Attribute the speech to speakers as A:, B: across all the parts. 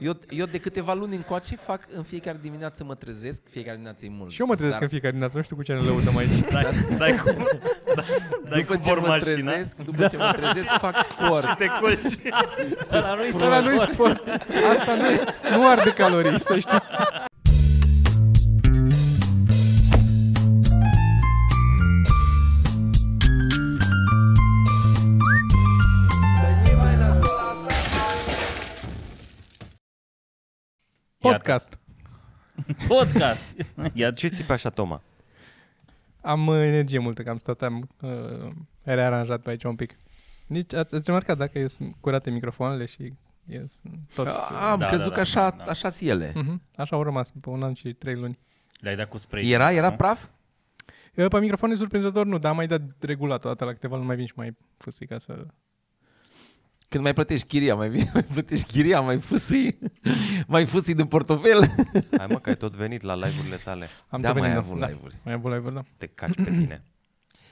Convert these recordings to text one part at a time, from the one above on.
A: Eu, eu de câteva luni încoace fac în fiecare dimineață mă trezesc, fiecare dimineață e mult.
B: Și eu mă trezesc
A: dar
B: în fiecare dimineață, nu știu cu ce ne lăutăm aici.
C: Dai, dai cu, dai, dai cu
A: după ce
C: por
A: mă
C: mașina
A: trezesc, după ce mă
B: Da.
A: trezesc, fac
C: și
A: sport.
C: te culci.
D: Ăla nu-i
B: Ăla nu-i sport. Asta nu, nu arde calorii, să știi. Podcast.
D: Podcast. Iată.
C: Ce țipe așa, Toma?
B: Am uh, energie multă, că am stat, am uh, rearanjat pe aici un pic. Nici, ați, ați remarcat dacă e- sunt curate microfoanele și e, sunt tot...
A: Am
D: Da,
A: crezut
D: da,
A: că
D: da,
A: așa,
D: da.
A: așa sunt ele.
B: Mhm. Așa au rămas după un an și trei luni.
D: Le-ai dat cu spray.
A: Era, era
D: nu?
A: praf?
B: Eu, Pe microfon e surprinzător, nu, dar am mai dat regulat o dată la câteva luni, mai vin și mai fusii ca să...
A: Când mai plătești chiria, mai, vii- mai plătești chiria, mai fusii, mai fusii din portofel.
C: Hai mă, că ai tot venit la live-urile tale.
B: Am
A: Da,
B: tot
A: mai
B: venit,
A: ai
B: da.
A: avut
B: Da,
A: live-uri.
B: Mai avut live-uri, da.
C: Te caci pe tine.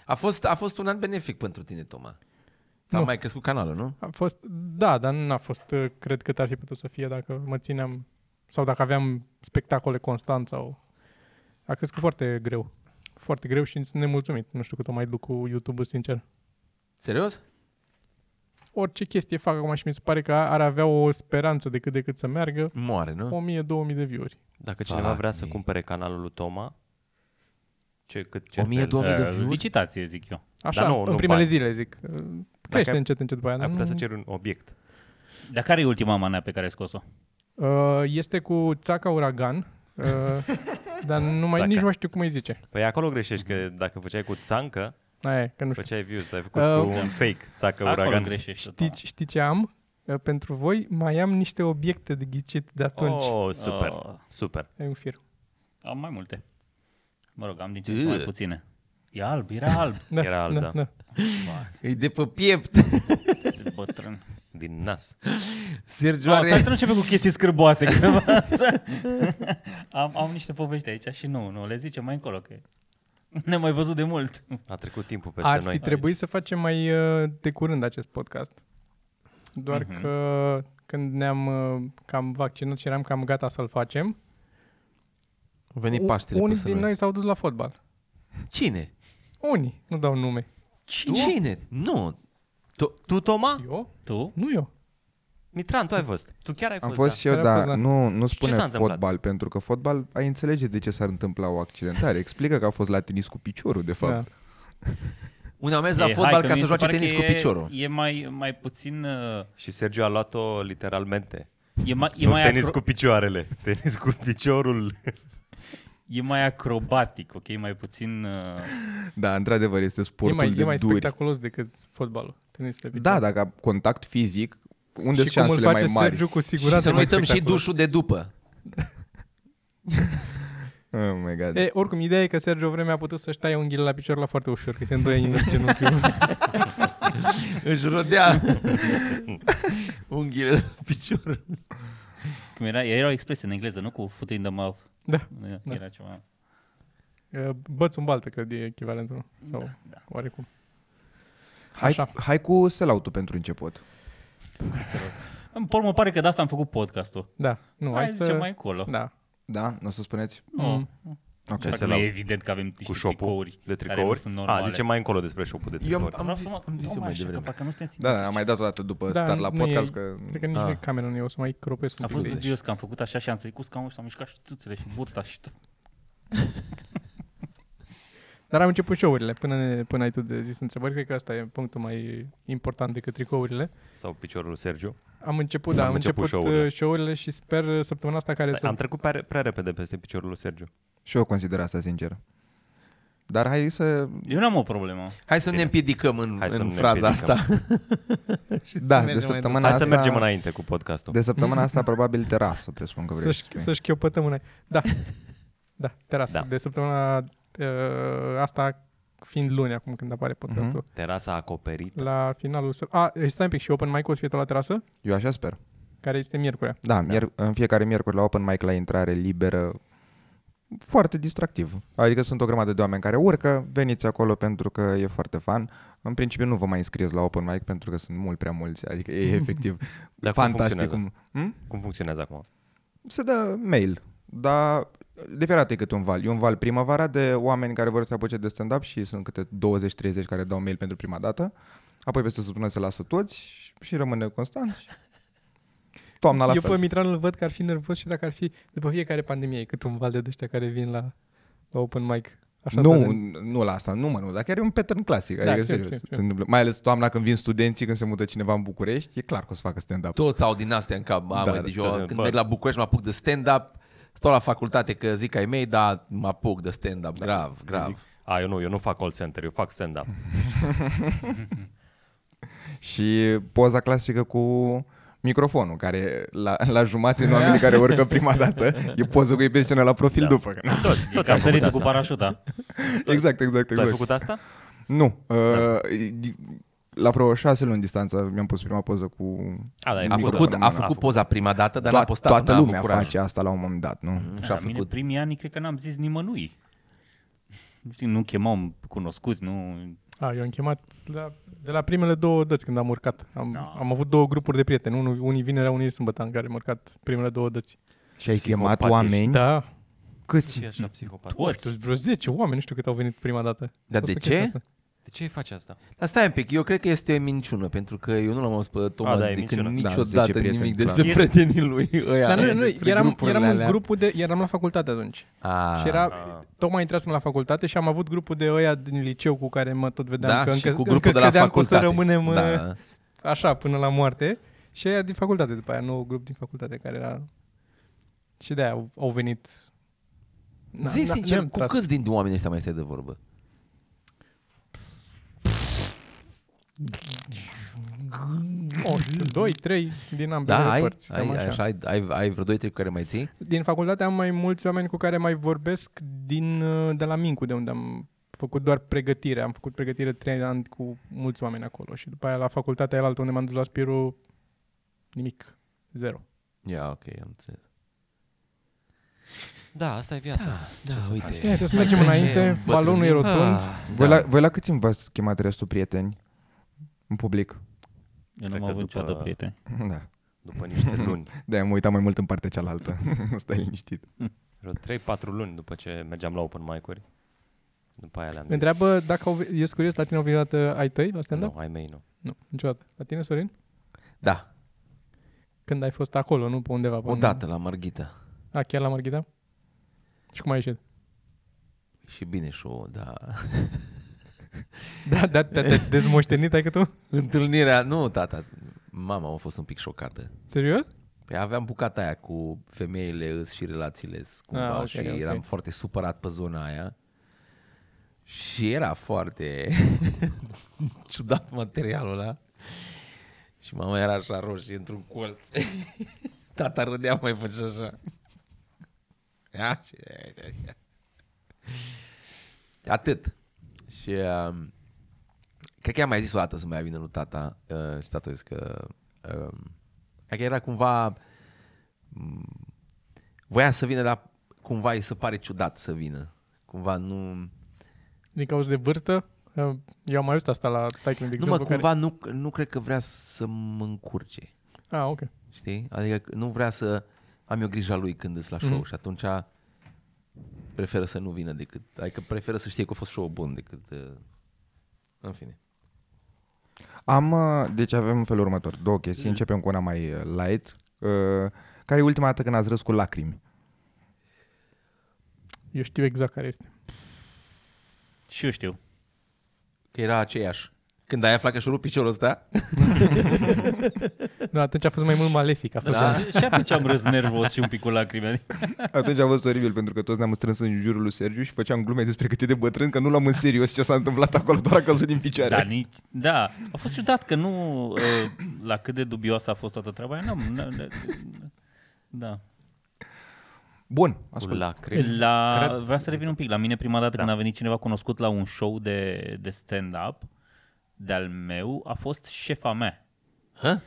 A: A fost, a fost un an benefic pentru tine, Toma. Ți-a
B: Nu.
A: mai crescut canalul, nu?
B: A fost, da, dar n-a fost, uh, cred cât ar fi putut să fie dacă mă țineam, sau dacă aveam spectacole constant sau... A crescut foarte greu. Foarte greu și sunt nemulțumit. Nu știu cât o mai duc cu YouTube-ul, sincer.
A: Serios?
B: Orice chestie fac acum și mi se pare că ar avea o speranță de cât de cât să meargă,
A: Moare, nu?
B: 1000-2000 de view-uri.
C: Dacă cineva vrea să
A: Fuck me.
C: cumpere canalul lui Toma, ce, cât, ce
A: 1000,
C: fel?
A: 2000 de
D: Eh,
A: view-uri?
D: Licitație, zic eu.
B: Așa,
C: Dar nu-
B: în
C: nu
B: primele
C: bani.
B: zile, zic. Uh, Crește
C: ai-
B: încet, încet după aia. dar
C: Ai putea
B: nu-
C: să ceri un obiect.
D: Dar care e ultima manea pe care ai scos-o?
B: Uh, este cu Țaca Uragan, uh, dar nu mai,
C: Țaca.
B: nici nu mai știu cum îi zice.
C: Păi acolo greșești, că
D: Mm-hmm.
C: dacă făceai cu țancă,
B: Aia e, că nu știu.
C: făceai views. Ai făcut
B: Ah,
C: cu un fake țacă
D: Acolo
C: uragan.
D: greșești.
B: Știi,
C: Da.
B: știi ce am? Uh, pentru voi mai am niște obiecte de ghicit de atunci. Oh.
C: Oh, super,
D: Oh.
C: super.
B: Ai un fir.
D: Am mai multe. Mă rog, am din ce în ce mai
A: Eh.
D: puține. E alb, era alb.
B: Da,
C: Era alt,
B: da,
C: da.
B: da.
A: E de pe piept.
D: Bătrân.
C: Din nas.
A: Sergiu
D: Ah, stai să
A: are...
D: nu începem cu chestii scârboase. Că am, am niște povești aici și nu, nu, le zicem mai încolo că ne-am mai văzut de mult.
C: A trecut timpul peste
B: Ar
C: noi.
B: fi trebuit să facem mai uh, de curând acest podcast. Doar
D: Mhm.
B: că când ne-am uh, cam vaccinat și eram cam gata să-l facem,
A: Au venit
B: u-
A: Paștele
B: unii
A: peste
B: din noi s-au dus la fotbal.
A: Cine?
B: Unii, nu dau nume.
A: Cine? Cine? Nu. Tu-
C: Tu, Toma?
B: Eu?
D: Tu?
B: Nu eu.
C: Mitran, tu ai fost. Tu chiar ai
E: Am
C: fost,
E: fost
C: da.
E: și eu,
B: Care a fost, da?
E: dar nu, nu spune
C: s-a întâmplat?
E: fotbal, pentru că fotbal ai înțelege de ce s-ar întâmpla o accidentare. Explică că a fost la tenis cu piciorul, de fapt.
B: Da.
A: Unde am mers
D: E,
A: la
D: Eh, hai,
A: fotbal
D: că
A: ca
D: mi
A: să
D: se
A: joace
D: pare că
A: tenis cu
D: e-
A: piciorul.
D: E mai, mai puțin... uh,
C: Și Sergio a luat-o literalmente.
D: E mai, e
C: nu
D: mai
C: tenis
D: acro-
C: cu picioarele, tenis cu piciorul.
D: E mai acrobatic, ok? Mai puțin... Uh,
E: Da, într-adevăr, este
B: E
E: sportul
B: mai,
E: de
B: e mai
E: duri.
B: spectaculos decât fotbalul. Tenisul de
E: Da,
B: picioare.
E: dacă ai contact fizic, unde sunt
B: și cum îl
E: șansele
B: face
E: mai mari?
B: Sergiu, cu
A: Și
B: siguranță
A: să nu
B: mai
A: uităm și
B: spectaculos.
A: dușul de după.
E: Oh my God.
B: E, oricum, ideea e că Sergio vremea a putut să-și taie unghiile la picior la foarte ușor, că se îndoie în genunchiul.
A: Își rodea unghiile la picior.
D: cum era, era o expresie în engleză, nu? Cu foot in the mouth.
B: da.
D: Era
B: Da.
D: ceva...
B: E, Băț un baltă, cred, e echivalentul. nu? Sau da, da. oarecum.
E: Hai,
B: așa.
E: hai cu sellout pentru început.
D: În urmă, pare că de asta am făcut podcastul.
B: Da. Nu, hai,
D: Hai,
B: să...
D: zicem mai încolo.
B: Da. Mm.
E: Da? Nu o să spuneți?
D: Oh.
E: Ok.
D: Dacă nu
C: sellout?
D: e evident că avem niște
C: Cu șopul
D: tricouri
C: de
D: care nu
C: tricouri?
D: sunt
C: A,
D: normale.
C: zice mai încolo despre șopul de
A: Eu
C: tricouri.
A: am-
D: Vreau să
A: zis-
D: mă,
A: am zis
D: nu
A: eu
D: mă
A: mai
D: așa, că
A: devreme.
D: Parcă nu suntem
E: Da, da,
D: simpatici.
E: am mai dat o dată după
B: da
E: start la
B: nu
E: podcast,
B: e,
E: că...
B: Cred că nici
A: Ah.
B: nu e camera, nu e, o să mai cropesc
D: A
B: un pic.
D: fost
E: Bine.
D: dubios că am făcut așa și am sărit cu scaunul și s-au mișcat și țâțele și burta și tot.
B: Dar am început show-urile, până, ne, până ai tu de zis întrebări. Cred că asta e punctul mai important decât tricourile.
C: Sau piciorul lui Sergio.
B: Am început, da, am,
C: Am început
B: început,
C: show-urile.
B: show-urile. show-urile și sper uh, săptămâna asta care
C: Stai,
B: să...
C: am trecut prea, prea repede peste piciorul lui Sergio.
E: Și eu consider asta sincer. Dar hai să...
D: Eu n-am o problemă.
A: Hai să nu ne
C: Bine.
A: împiedicăm în,
C: Hai să nu
A: în
C: ne
A: fraza
C: împiedicăm.
A: asta. Și să
E: Da,
A: mergem
E: de
A: mai
E: săptămâna
C: Hai
E: asta...
C: să mergem înainte cu podcastul.
E: De săptămâna asta probabil terasă, presupun că vrei să
B: Să-și,
E: spui.
B: să-și chiopătăm una. Da. Da, terasă.
C: Da.
B: Da. De săptămâna uh, asta fiind luni acum când apare podcastul.
C: Terasa acoperită.
E: Mhm.
B: La finalul săp- A, și stai un pic și open mic-ul o să fie tot la terasă,
E: Eu așa sper.
B: care este miercurea.
C: Da.
E: Da, mier- în fiecare miercuri la open mic la intrare liberă foarte distractiv. Adică sunt o grămadă de oameni care urcă, veniți acolo pentru că e foarte fan. În principiu nu vă mai înscrieți la open mic pentru că sunt mult prea mulți, adică e efectiv
C: Dar cum
E: fantastic.
C: funcționează?
E: Hmm?
C: Cum funcționează acum?
E: Se dă mail, dar de fiecare dată e câte un val. E un val primăvara de oameni care vor să se apuce de stand-up și sunt câte 20-30 care dau mail pentru prima dată. Apoi peste o săptămână se lasă toți și rămâne constant. și- Toamna la
B: Eu
E: fel.
B: pe Mitran îl văd că ar fi nervos și dacă ar fi, după fiecare pandemie, e cât un val de ăștia care vin la, la open mic. Așa să
E: nu,
B: ne-
E: nu la asta, nu mă, nu, dar chiar e un pattern clasic,
B: Da,
E: adică
B: știu,
E: serios.
B: știu, știu.
E: Se întâmplă, mai ales toamna când vin studenții, când se mută cineva în București, e clar că o să facă stand-up.
A: Toți au din astea în cap. Mamă,
E: Da,
A: da, deci
C: da,
A: eu
C: da,
A: când
C: bă.
A: merg la București mă apuc de stand-up, stau la facultate că zic ai mei, dar mă apuc de stand-up,
D: Da.
A: grav,
C: Zic,
A: grav.
C: a, eu nu, eu nu fac call center, eu fac stand-up.
E: Și poza clasică cu microfonul, care la, la jumate în oamenii care urcă prima dată, e poză cu ei pe scenă la profil da.
C: Da.
E: după. Că, na.
C: Tot,
D: E
C: toți
D: ca
C: am făcut
D: săritul
C: asta.
D: cu parașuta.
E: Exact, exact,
C: Tu ai
E: exact.
C: făcut asta?
E: Nu,
B: Da.
E: uh, la vreo șase luni distanță mi-am pus prima poză cu
C: A, da, e
A: A
E: microfonul
A: făcut,
E: în
A: a
E: mână.
A: făcut poza prima dată, dar n-a
E: Toa-
A: postat.
E: Toată
A: n-a avut
E: lumea
A: curaj. Mm.
E: face asta la un moment dat, nu?
A: Și-a
D: La mine
A: făcut.
D: primii ani cred că n-am zis nimănui. Nu Știi, nu chemam cunoscuți, nu...
B: A, eu am chemat la, de la primele două dăți când am urcat. Am,
D: Da.
B: am avut două grupuri de prieteni, unul, unii vinerea, unii sâmbătă, în care am urcat primele două dăți.
E: Și ai chemat
C: Psihopatiști.
E: oameni?
B: Da,
E: Câți?
C: E așa psihopat.
B: nu știu,
D: Toți.
B: Păi, vreo 10 oameni, nu știu cât au venit prima dată.
A: Dar
B: O
A: de
B: să chestia
A: ce?
B: asta.
C: De ce îi faci asta?
A: Dar stai un pic, eu cred că este minciună, pentru că eu nu l-am auzit pe Toma
C: A, da, e
A: zicând
C: minciună.
E: Da,
A: niciodată
E: zice prieten,
A: nimic
E: clar.
A: despre
D: Este-
A: prietenii lui ăia.
B: Dar nu, nu,
A: despre
B: eram,
A: Păi, adică, grupurile
B: eram în
A: alea.
B: grupul de, eram la facultate atunci.
A: A,
B: Și era,
C: Ah.
B: tocmai intrasem la facultate și am avut grupul de ăia din liceu cu care mă tot vedeam
A: da,
B: că încă,
A: și cu
B: încă
A: grupul de la
B: credeam că o să
A: facultate.
B: rămânem uh,
A: da.
B: așa până la moarte. Și aia din facultate, după aia, nou grup din facultate care era... Și de-aia au, au venit... Na,
A: Zi
B: na-
A: sincer,
B: ne-am
A: cu
B: tras.
A: câți din oamenii ăștia mai stai de vorbă?
B: O, știu, doi, trei din ambele
A: Da, ai,
B: părți.
A: ai,
B: cam
A: ai, așa, ai, ai, ai vreo 2 trei cu care mai ții?
B: Din facultate am mai mulți oameni cu care mai vorbesc din, uh, de la Mincu, de unde am făcut doar pregătire. Am făcut pregătire trei ani cu mulți oameni acolo și după aia la facultatea aia altă unde m-am dus la Spiru, nimic, zero.
A: Ia, ok, am înțeles.
C: Da, asta e viața.
A: Da, uite.
B: Ia, trebuie să mergem înainte, balonul e rotund.
A: Ah,
E: Voi,
A: da.
E: la, voi la cât timp v-ați chemat restul prieteni în public?
D: Eu nu
C: Cred
D: am
C: că
D: avut
C: după-
D: niciodată prieteni.
E: Da.
C: După niște luni,
E: De-aia mă uitam mai mult în partea cealaltă. Stai liniștit.
C: vreo 3-4 luni după ce mergeam la open mic-uri. După aia le-am
B: Me întreabă dacă au, ești curios, la tine au venit odată ai tăi la
C: zis.
B: stand-up?
C: Nu, ai mei nu.
B: Nu, niciodată. La tine, Sorin?
A: Da,
B: Când ai fost acolo, nu pe undeva. Pe
A: o dată la Marghita.
B: Un... A, chiar la Marghita? Și cum ai ieșit?
A: Și bine și o, da.
B: Da, da, da, da dezmoștenit ai că tu?
A: Întâlnirea, nu, tata, mama a fost un pic șocată.
B: Serios?
A: Păi aveam bucata aia cu femeile îs și relațiile îs cumva
B: Ah, ok,
A: și
B: ok.
A: eram foarte supărat pe zona aia. Și era foarte ciudat materialul ăla. Și mama era așa roșie într-un colț. Tata râdea mai făcea așa. Ia și... Atât. Și um, cred că i-am mai zis o dată să mai vină lui tata uh, și tata a zis că um, adică era cumva m, voia să vină, dar cumva îi se pare ciudat să vină. Cumva nu...
B: Din cauza de vârstă? Uh, Eu am mai auzit asta la Taekwondo, de
A: Nu mă,
B: exemplu.
A: cumva nu, nu cred că vrea să mă încurce.
B: Care... Ah, ok.
A: Știi? Adică că nu vrea să am eu grija lui când îs la show mm. și atunci preferă să nu vină decât, adică preferă să știe că a fost show bun decât, uh, în fine.
E: Am, uh, deci avem în felul următor. Două chestii. Începem cu una mai uh, light. Uh, Care e ultima dată când ați râs cu lacrimi?
B: Eu știu exact care este.
D: Și eu știu.
A: Că era aceeași. Când ai aflat că și-a rupt piciorul ăsta,
B: Nu, atunci a fost mai mult malefic. A fost
D: Da. Și atunci am râs nervos și un pic cu adică lacrime.
E: Atunci a fost oribil pentru că toți ne-am strâns în jurul lui Sergiu și făceam glume despre cât e de bătrân că nu luam în serios ce s-a întâmplat acolo, doar a căzut din picioare.
D: Da, nici, da, a fost ciudat că nu, uh, la cât de dubioasă a fost toată treaba, aia, n-am, n- n- da.
E: Bun,
C: Cu
E: ascult.
C: lacrimi.
D: La,
C: Păi, Cred-
D: vreau să revin un pic. La mine prima dată da. când a venit cineva cunoscut la un show de, de stand-up de-al meu, a fost șefa mea.
A: Hă?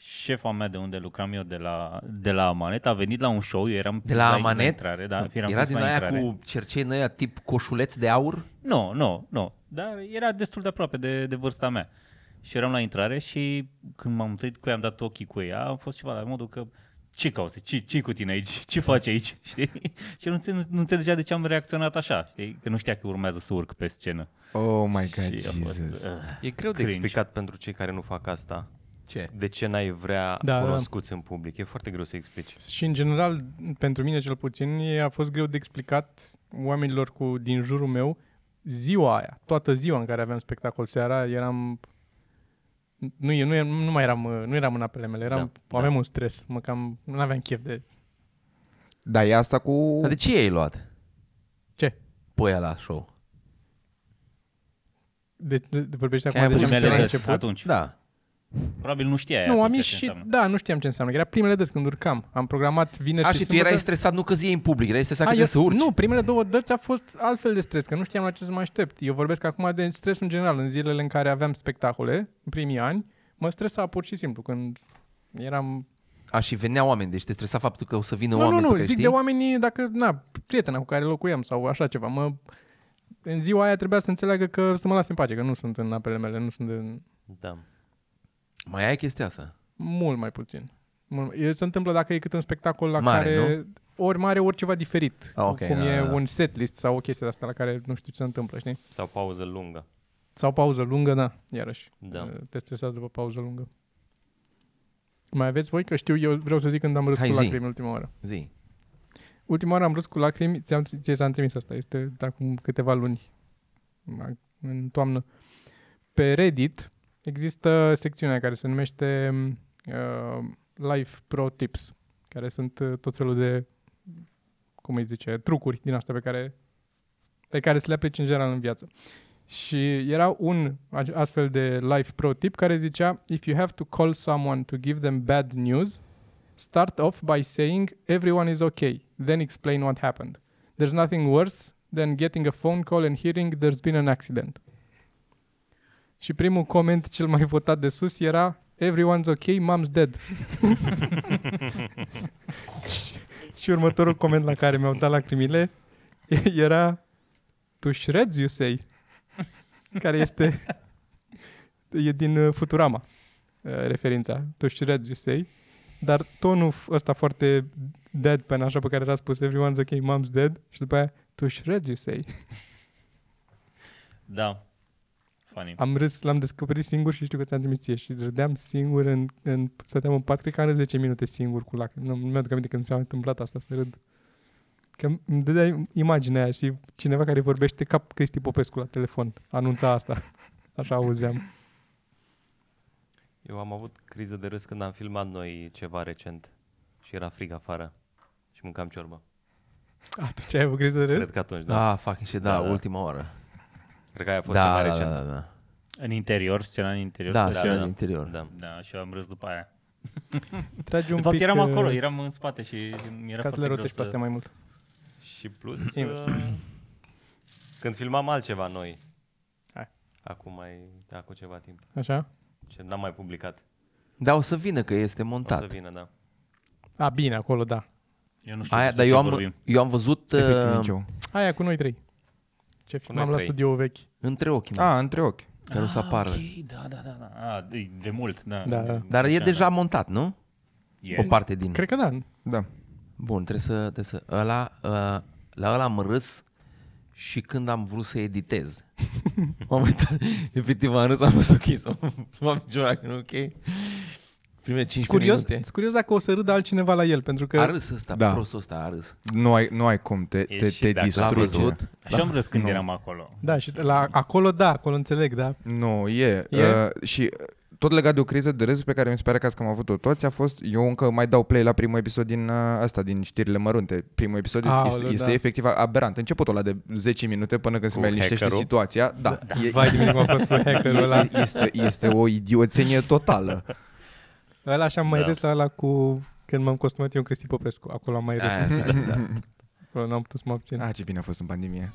D: șefa mea de unde lucram eu de la, de la Amanet a venit la un show, eu eram
A: De la Amanet?
D: intrare, da, eram
A: Era
D: pus
A: din
D: la
A: aia
D: intrare.
A: cu cercei în aia tip coșuleț de aur?
D: Nu, nu, nu. Dar era destul de aproape de, de vârsta mea. Și eram la intrare și când m-am întâlnit cu ea, am dat ochii cu ea, a fost ceva la modul că ce cauze, ce, ce cu tine aici, ce faci aici, știi? Și nu, înțe- nu înțelegea de ce am reacționat așa, știi? Că nu știa că urmează să urc pe scenă.
E: Oh my God,
D: și a fost, uh,
E: Jesus.
D: "Ugh."
C: E greu de
D: Cringe.
C: explicat pentru cei care nu fac asta.
A: Ce?
C: De ce n-ai vrea
B: Da,
C: da,
B: da.
C: cunoscuți da. în public? E foarte greu să explici.
B: Și în general, pentru mine cel puțin, e- a fost greu de explicat oamenilor cu, din jurul meu ziua aia, toată ziua în care aveam spectacol seara, eram... Nu, e- nu, e- nu mai eram, uh, nu eram în apele mele, eram,
C: Da,
B: aveam
C: da.
B: un stres, mă cam, nu aveam chef de...
E: Dar Da, e asta cu...
A: Dar de ce ai luat
B: Ce?
A: pe ăia la show?
B: De, de, de vorbești
A: Că
B: acum
A: ai
B: de
A: avut
B: ce am
A: primele
B: la
A: dăți
B: început?
D: atunci. Da.
A: Da.
D: Probabil nu știa ea
B: Nu, am
D: atunci
B: ieșit
D: ce
B: și,
D: înseamnă.
B: da, nu știam ce înseamnă, că era primele dăți când urcam. Am programat vineri
A: A,
B: și
A: și tu
B: sâmbătă.
A: erai stresat nu că zi e în public, erai stresat
B: A,
A: că
B: eu-
A: trebuie să urci.
B: Nu, primele două dăți a fost altfel de stres, că nu știam la ce să mă aștept. Eu vorbesc acum de stresul în general, în zilele în care aveam spectacole, în primii ani, mă stresa pur și simplu, când eram...
A: A, și venea oameni, deci te stresa faptul că o să vină
B: Nu, nu,
A: oameni.
B: nu,
A: pe
B: zic
A: care
B: știi?
A: știi?
B: de oamenii, dacă, na, prietena cu care locuiam sau așa ceva, mă... În ziua aia trebuia să înțeleagă că să mă las în pace, că nu sunt în apele mele, nu sunt în...
C: Da.
A: Mai ai chestia asta.
B: Mult mai puțin. Mult... E- Se întâmplă dacă e cât un spectacol la
A: Mare,
B: care... Ori mare, ori ceva diferit.
A: Ah, ok,
B: cum
A: da,
B: e
A: da, da.
B: un setlist sau o chestie de asta la care nu știu ce se întâmplă, știi?
C: Sau pauză lungă.
B: Sau pauză lungă, da, iarăși. eh,
C: Da.
B: Te stresează după pauză lungă. Mai aveți voi? Că știu, eu vreau să zic când am râs
A: Hai,
B: cu
A: zi.
B: lacrimi ultima oară.
A: Zi.
B: Ultima oară am râs cu lacrimi, ți-am, tri- ție s-am trimis asta, este de acum câteva luni, ma- în toamnă. Pe Reddit există secțiunea care se numește uh, Life Pro Tips, care sunt uh, tot felul de, cum îi zice, trucuri din astea pe care, pe care să le aplici în general în viață. Și era un a- astfel de life pro tip care zicea If you have to call someone to give them bad news, start off by saying everyone is okay, then explain what happened. There's nothing worse than getting a phone call and hearing there's been an accident. Și primul coment cel mai votat de sus era Everyone's okay, mom's dead. și, și următorul coment la care mi-au dat lacrimile era To shreds, you say? Care este e din uh, Futurama uh, referința. To shreds, you say? Dar tonul f- ăsta foarte deadpan, așa pe care l-a spus Everyone's okay, mom's dead și după aia To shreds, you say?
D: Da. Funny.
B: Am râs, l-am descoperit singur și știu că ți-am trimis ție și râdeam singur în, în stăteam în pat, cred că am râs 10 minute singur cu lacrimi. Nu mi-aduc aminte când mi-a întâmplat asta să râd. Că îmi dădea imaginea aia și cineva care vorbește ca Cristi Popescu la telefon anunța asta. Așa auzeam.
C: Eu am avut criză de râs când am filmat noi ceva recent și era frig afară și mâncam ciorbă.
B: Atunci ai o criză de râs?
C: Cred că atunci, da. da.
A: Da, fucking shit, da,
C: Da, da.
A: ultima oră.
C: Cred că aia a fost
A: Da, da,
C: ceva recent.
A: da, da.
D: În interior, scena în interior.
A: Da,
D: să-
A: și în interior.
C: da.
D: da, și eu am râs după aia.
B: Tragi un
D: De fapt
B: pic,
D: eram
B: uh,
D: acolo, eram în spate și
B: ca să le
D: mi-era foarte greu
B: rotești pe
D: să...
B: astea mai mult.
C: Și plus,
B: Invers.
C: uh, când filmam altceva noi,
B: Hai.
C: acum mai, acum ceva timp,
B: Așa?
C: ce n-am mai publicat,
A: Dar Da, o să vină că este
C: o să
A: montat.
C: vină, da.
B: A, bine, acolo, da.
D: Eu nu știu
A: Aia,
D: despre
A: dar
D: ce
A: eu am,
D: vorbim.
A: eu am văzut
E: Efectiv,
A: uh,
E: nici eu.
B: Aia cu noi trei. Ce filmam
C: noi
B: la
C: trei.
B: studio vechi.
A: între ochii, mă,
E: A, Ah, între ochi.
A: că nu se apară.
D: Ok, da, da, da, da. A, de, de mult, da.
B: Da, da.
A: Dar e
D: Da,
A: deja montat, nu?
D: E.
A: O parte din...
B: Cred că da.
E: Da.
A: Bun, trebuie să... Trebuie să ăla, uh, la ăla am râs și când am vrut să editez. M-am uitat, efectiv am râs, am fost ok, să mă- să mă picioare, că nu ok. Primele 15
B: Curios,
A: minute.
B: curios dacă o să râdă altcineva la el, pentru că
A: A râs ăsta,
E: Da.
A: prostul ăsta a râs.
E: Nu ai, nu ai cum, te, te,
C: și
E: te
C: dacă
A: L-am
E: distrugi.
A: văzut.
D: Așa am râs când eram acolo.
B: Da, și la, acolo da, acolo înțeleg, da.
E: Nu, e.
B: E?
E: e? Uh, și uh, tot legat de o criză de râs pe care mi se pare că azi că am avut-o toți a fost, eu încă mai dau play la primul episod din uh, asta, din știrile mărunte. Primul episod Aoleu, este,
B: Aoleu,
E: este
B: da.
E: efectiv aberant. Începutul ăla de 10 minute până când se
C: Cu
E: mai liniștește
C: hackerul?
E: situația. Da, da. E,
B: Vai de mine cum a fost cu hackerul ăla.
E: e, este, este o idioțenie totală.
B: Ăla așa am mai
C: Da.
B: râs la ăla cu când m-am costumat eu în Cristi Popescu. Acolo am mai râs.
A: Aia, da, da.
B: Acolo n-am putut să mă abțin.
E: Ah, ce bine a fost în pandemie.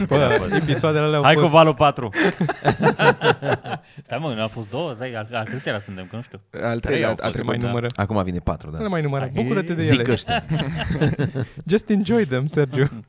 D: a
B: Bă,
D: fost?
B: episoadele alea au
C: Hai cu
B: fost...
C: valul 4.
D: Stai mă, nu a fost două, stai, al, al câtelea suntem, că nu știu.
E: Al treilea a, a
B: să mai
E: trebuit.
B: numără.
A: Acum vine patru,
B: Nu le
A: da.
B: mai numără.
D: Hai.
B: Bucură-te de
A: Zic
B: ele.
A: ăștia.
B: Just enjoy them, Sergiu.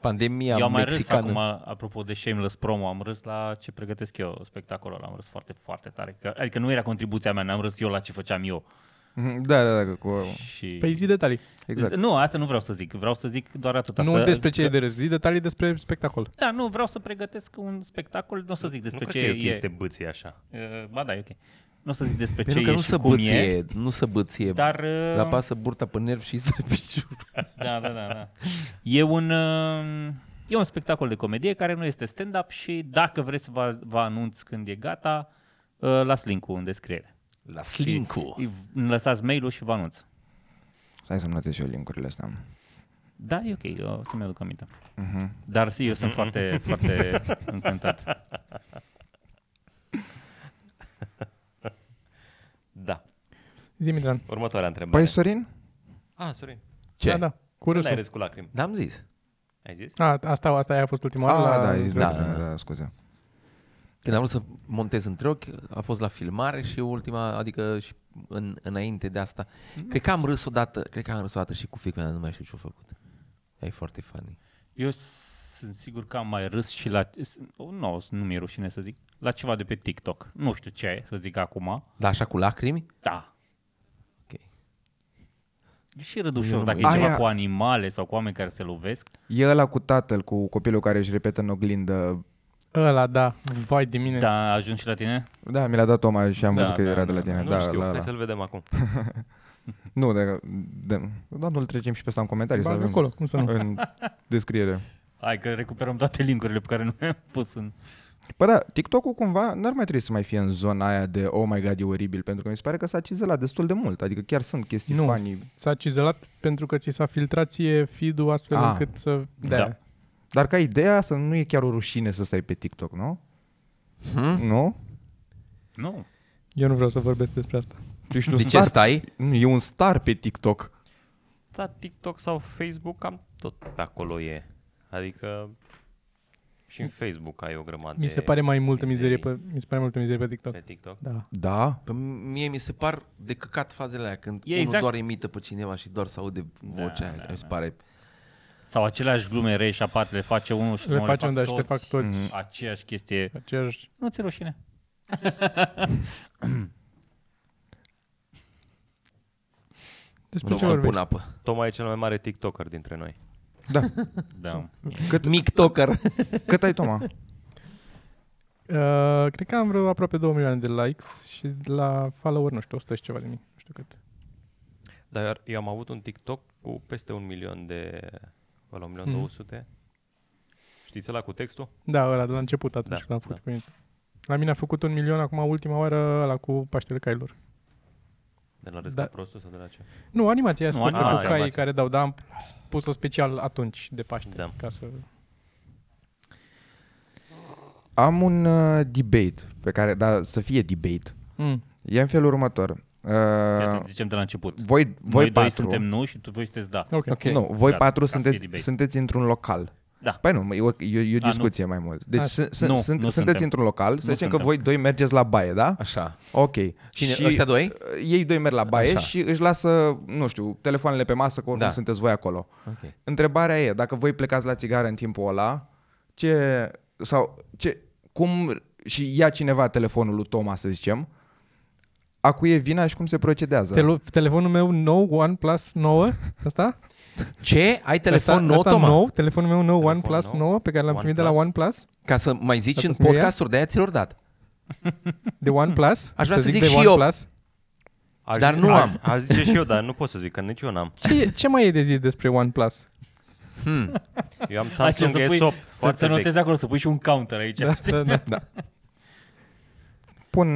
A: Pandemia
D: Eu am mai râs
A: mexicană.
D: acum, apropo de Shameless Promo, am râs la ce pregătesc eu spectacolul, am râs foarte, foarte tare. Că, adică nu era contribuția mea, n-am râs eu la ce făceam eu.
E: Mhm, Da, da, da, că cu...
D: Și...
B: Păi zi detalii.
E: Exact.
D: Nu, asta nu vreau să zic, vreau să zic doar atât.
B: Nu despre ce e de râs, zi detalii despre spectacol.
D: Da, nu, vreau să pregătesc un spectacol, nu o să zic
C: Nu
D: despre
C: cred
D: ce
C: că e o
D: e.
C: chestie bâție așa.
D: Uh, Ba da, e ok. Nu o să zic despre
A: Pentru
D: ce
A: că Păi
D: e
A: nu
D: și
A: se
D: cum e.
A: băție, nu se băție.
D: Dar... uh,
A: La pasă burta pe nervi și să
D: Da, da, da, da. E un, uh, e un spectacol de comedie care nu este stand-up și dacă vreți vă, vă anunț când e gata, uh, las link-ul în descriere.
A: La slinku.
D: Îi- Îmi lăsați mail-ul și vă anunț.
E: Hai să-mi notez și eu linkurile astea.
D: Da, e ok, o să-mi aduc aminte.
E: Mhm.
D: Dar eu sunt foarte, foarte încântat.
C: Da.
B: Zi, Mitran.
C: Următoarea întrebare.
E: Păi, Sorin?
C: Ah, Sorin.
A: Ce?
B: Da, da, cu
C: Când ai
B: râsul.
C: râs cu lacrimi?
A: N-am zis.
C: Ai zis?
B: A, asta, asta aia a fost ultima
E: Ah,
B: oară.
E: da,
B: la-
E: da, ai zis,
A: da,
E: da, da,
A: da.
E: da, scuze.
A: Când am vrut să montez între ochi, a fost la filmare și ultima, adică și în, înainte de asta. Cred că am râs odată, cred că am râs odată și cu fiica mea, nu mai știu ce-a făcut. E foarte funny.
D: Eu sunt sigur că am mai râs și la... Nu, nu mi-e rușine să zic. La ceva de pe TikTok. Nu știu ce să zic acum.
A: Dar așa cu lacrimi?
D: Da.
A: Ok.
D: E Și râd ușor,
A: nu
D: dacă e
E: mai-
D: ceva
E: Aia-
D: cu animale sau cu oameni care se lovesc.
E: E ăla cu tatăl, cu copilul care își repetă în oglindă.
B: Ăla, da. Vai de mine.
D: Da, ajungi și la tine?
E: Da, mi l-a dat Toma și am
D: Da,
E: văzut că
D: da,
E: era de
D: da,
E: la tine.
C: Ah, nu
E: da,
C: știu,
E: la,
C: hai
E: la.
C: să-l vedem acum.
E: Nu, de, de, da, nu-l trecem și pe ăsta în comentarii. să
B: Bag
E: avem
B: acolo, cum să nu.
E: În descriere.
D: Hai că recuperăm toate linkurile pe care nu le-am pus în...
E: Păi da, TikTok-ul cumva n-ar mai trebui să mai fie în zona aia de oh my god, e oribil, pentru că mi se pare că s-a cizelat destul de mult. Adică chiar sunt chestii
B: Nu,
E: funny.
B: S-a cizelat pentru că ți s-a filtrat ție feed-ul astfel
E: Ah.
B: încât să...
D: Da.
E: Dar ca ideea să nu e chiar o rușine să stai pe TikTok, nu?
A: Hmm?
E: Nu?
D: Nu.
B: Eu nu vreau să vorbesc despre asta.
E: Tu Deci ești un
A: De ce
E: star.
A: stai?
E: Nu, e un star pe TikTok.
C: Da, TikTok sau Facebook cam tot pe acolo e. Adică și în Facebook ai o grămadă
B: Mi se
C: de-
B: pare mai multă mizerie
C: mizerii
B: pe, mi se pare multă mizerie pe TikTok.
C: pe TikTok.
B: Da.
E: Da?
A: Păi mie mi se par de căcat fazele aia când
D: E
A: unul
D: exact-
A: doar imită pe cineva și doar să aude vocea aia.
D: da,
A: Mi se
D: da.
A: pare
D: Sau aceleași glume rei și apat le face unul și
B: Le
D: nouă
B: facem, da,
D: fac
B: și le fac
D: toți. Mm.
B: toți.
D: Aceeași chestie.
B: Aceeași...
D: Nu ți rușine.
B: Despre
A: nu
B: ce
A: să pun
B: vorbești?
A: apă.
C: Toma e cel mai mare TikToker dintre noi.
E: Da.
B: Mm.
D: Da.
E: Cât,
A: Mic toker.
E: cât ai, Toma?
B: Uh, cred că am vreo aproape 2 milioane de likes și la follower, nu știu, 100 și ceva de mii. Nu știu cât.
C: Dar eu ar- eu am avut un TikTok cu peste un milion de... Ăla, un milion
B: Mhm.
C: 200. Știți ăla cu textul?
B: Da, ăla de la început atunci
C: Da,
B: când am făcut
C: da.
B: da. experiența. La mine a făcut un milion acum ultima oară ăla cu Paștele Cailor.
C: De la râs
B: Da.
C: da. prostul sau de la ce?
B: Nu, animația aia
D: Nu,
B: scurtă cu
D: animația.
B: caii care dau, dar am pus-o special atunci de Paște.
C: Da.
B: Ca să...
E: Am un uh, debate pe care, da, să fie debate.
B: Mm.
E: E în felul următor.
D: Iată,
E: Uh,
D: zicem de la început.
E: voi voi
D: Noi doi
E: patru.
D: suntem nu și tu voi sunteți da.
B: Ok.
A: Ok.
B: okay.
E: Nu, voi
D: Gata,
E: patru
D: ca să fie
E: sunteți,
D: debate.
E: sunteți într-un local.
D: Da.
E: Păi nu, e o, e, o- e o
D: A, nu.
E: discuție mai mult. Deci
B: Așa.
E: sunt, sunt,
D: Nu,
E: nu, sunt,
D: nu
E: nu sunteți
D: suntem.
E: într-un local, să
D: Nu
E: zicem că
D: suntem.
E: voi doi mergeți la baie, da?
A: Așa.
E: Ok. uh,
A: Cine, ăștia doi?
E: Ei doi merg la baie
A: Așa.
E: Așa. și își lasă, nu știu, telefoanele pe masă, că oricum
A: Da.
E: da. sunteți voi acolo.
A: Ok.
E: Întrebarea e, dacă voi plecați la țigară în timpul ăla, ce, sau ce, cum, și ia cineva telefonul lui Toma, să zicem, a cui e vina și cum se procedează?
B: Telo- telefonul meu nou, OnePlus 9, ăsta?
A: Ce? Ai telefon
B: asta,
A: nou,
B: asta
A: Toma?
B: nou, telefonul meu nou,
C: Telefon
B: OnePlus
C: nou?
B: 9, pe care l-am primit de la
C: OnePlus?
B: OnePlus,
A: Ca să mai zici
B: Ca
A: în
B: să scrie?
A: podcasturi de aia ți-l dat.
B: de OnePlus.
A: vrea să zic
B: de
A: și eu.
B: OnePlus.
C: Aș
A: Dar
C: zi-
A: nu
C: aș-
A: am.
C: Aș zice și eu, dar nu pot să zic, că nici eu n-am.
B: Ce, ce mai e de zis despre OnePlus?
A: Hmm.
C: Eu am
D: Hai, ce
C: Samsung
D: să pui-
C: S8,
D: Să, să
C: foarte vechi.
D: notezi acolo, să pui și un counter aici.
B: Da, da, da.
E: Da. Pun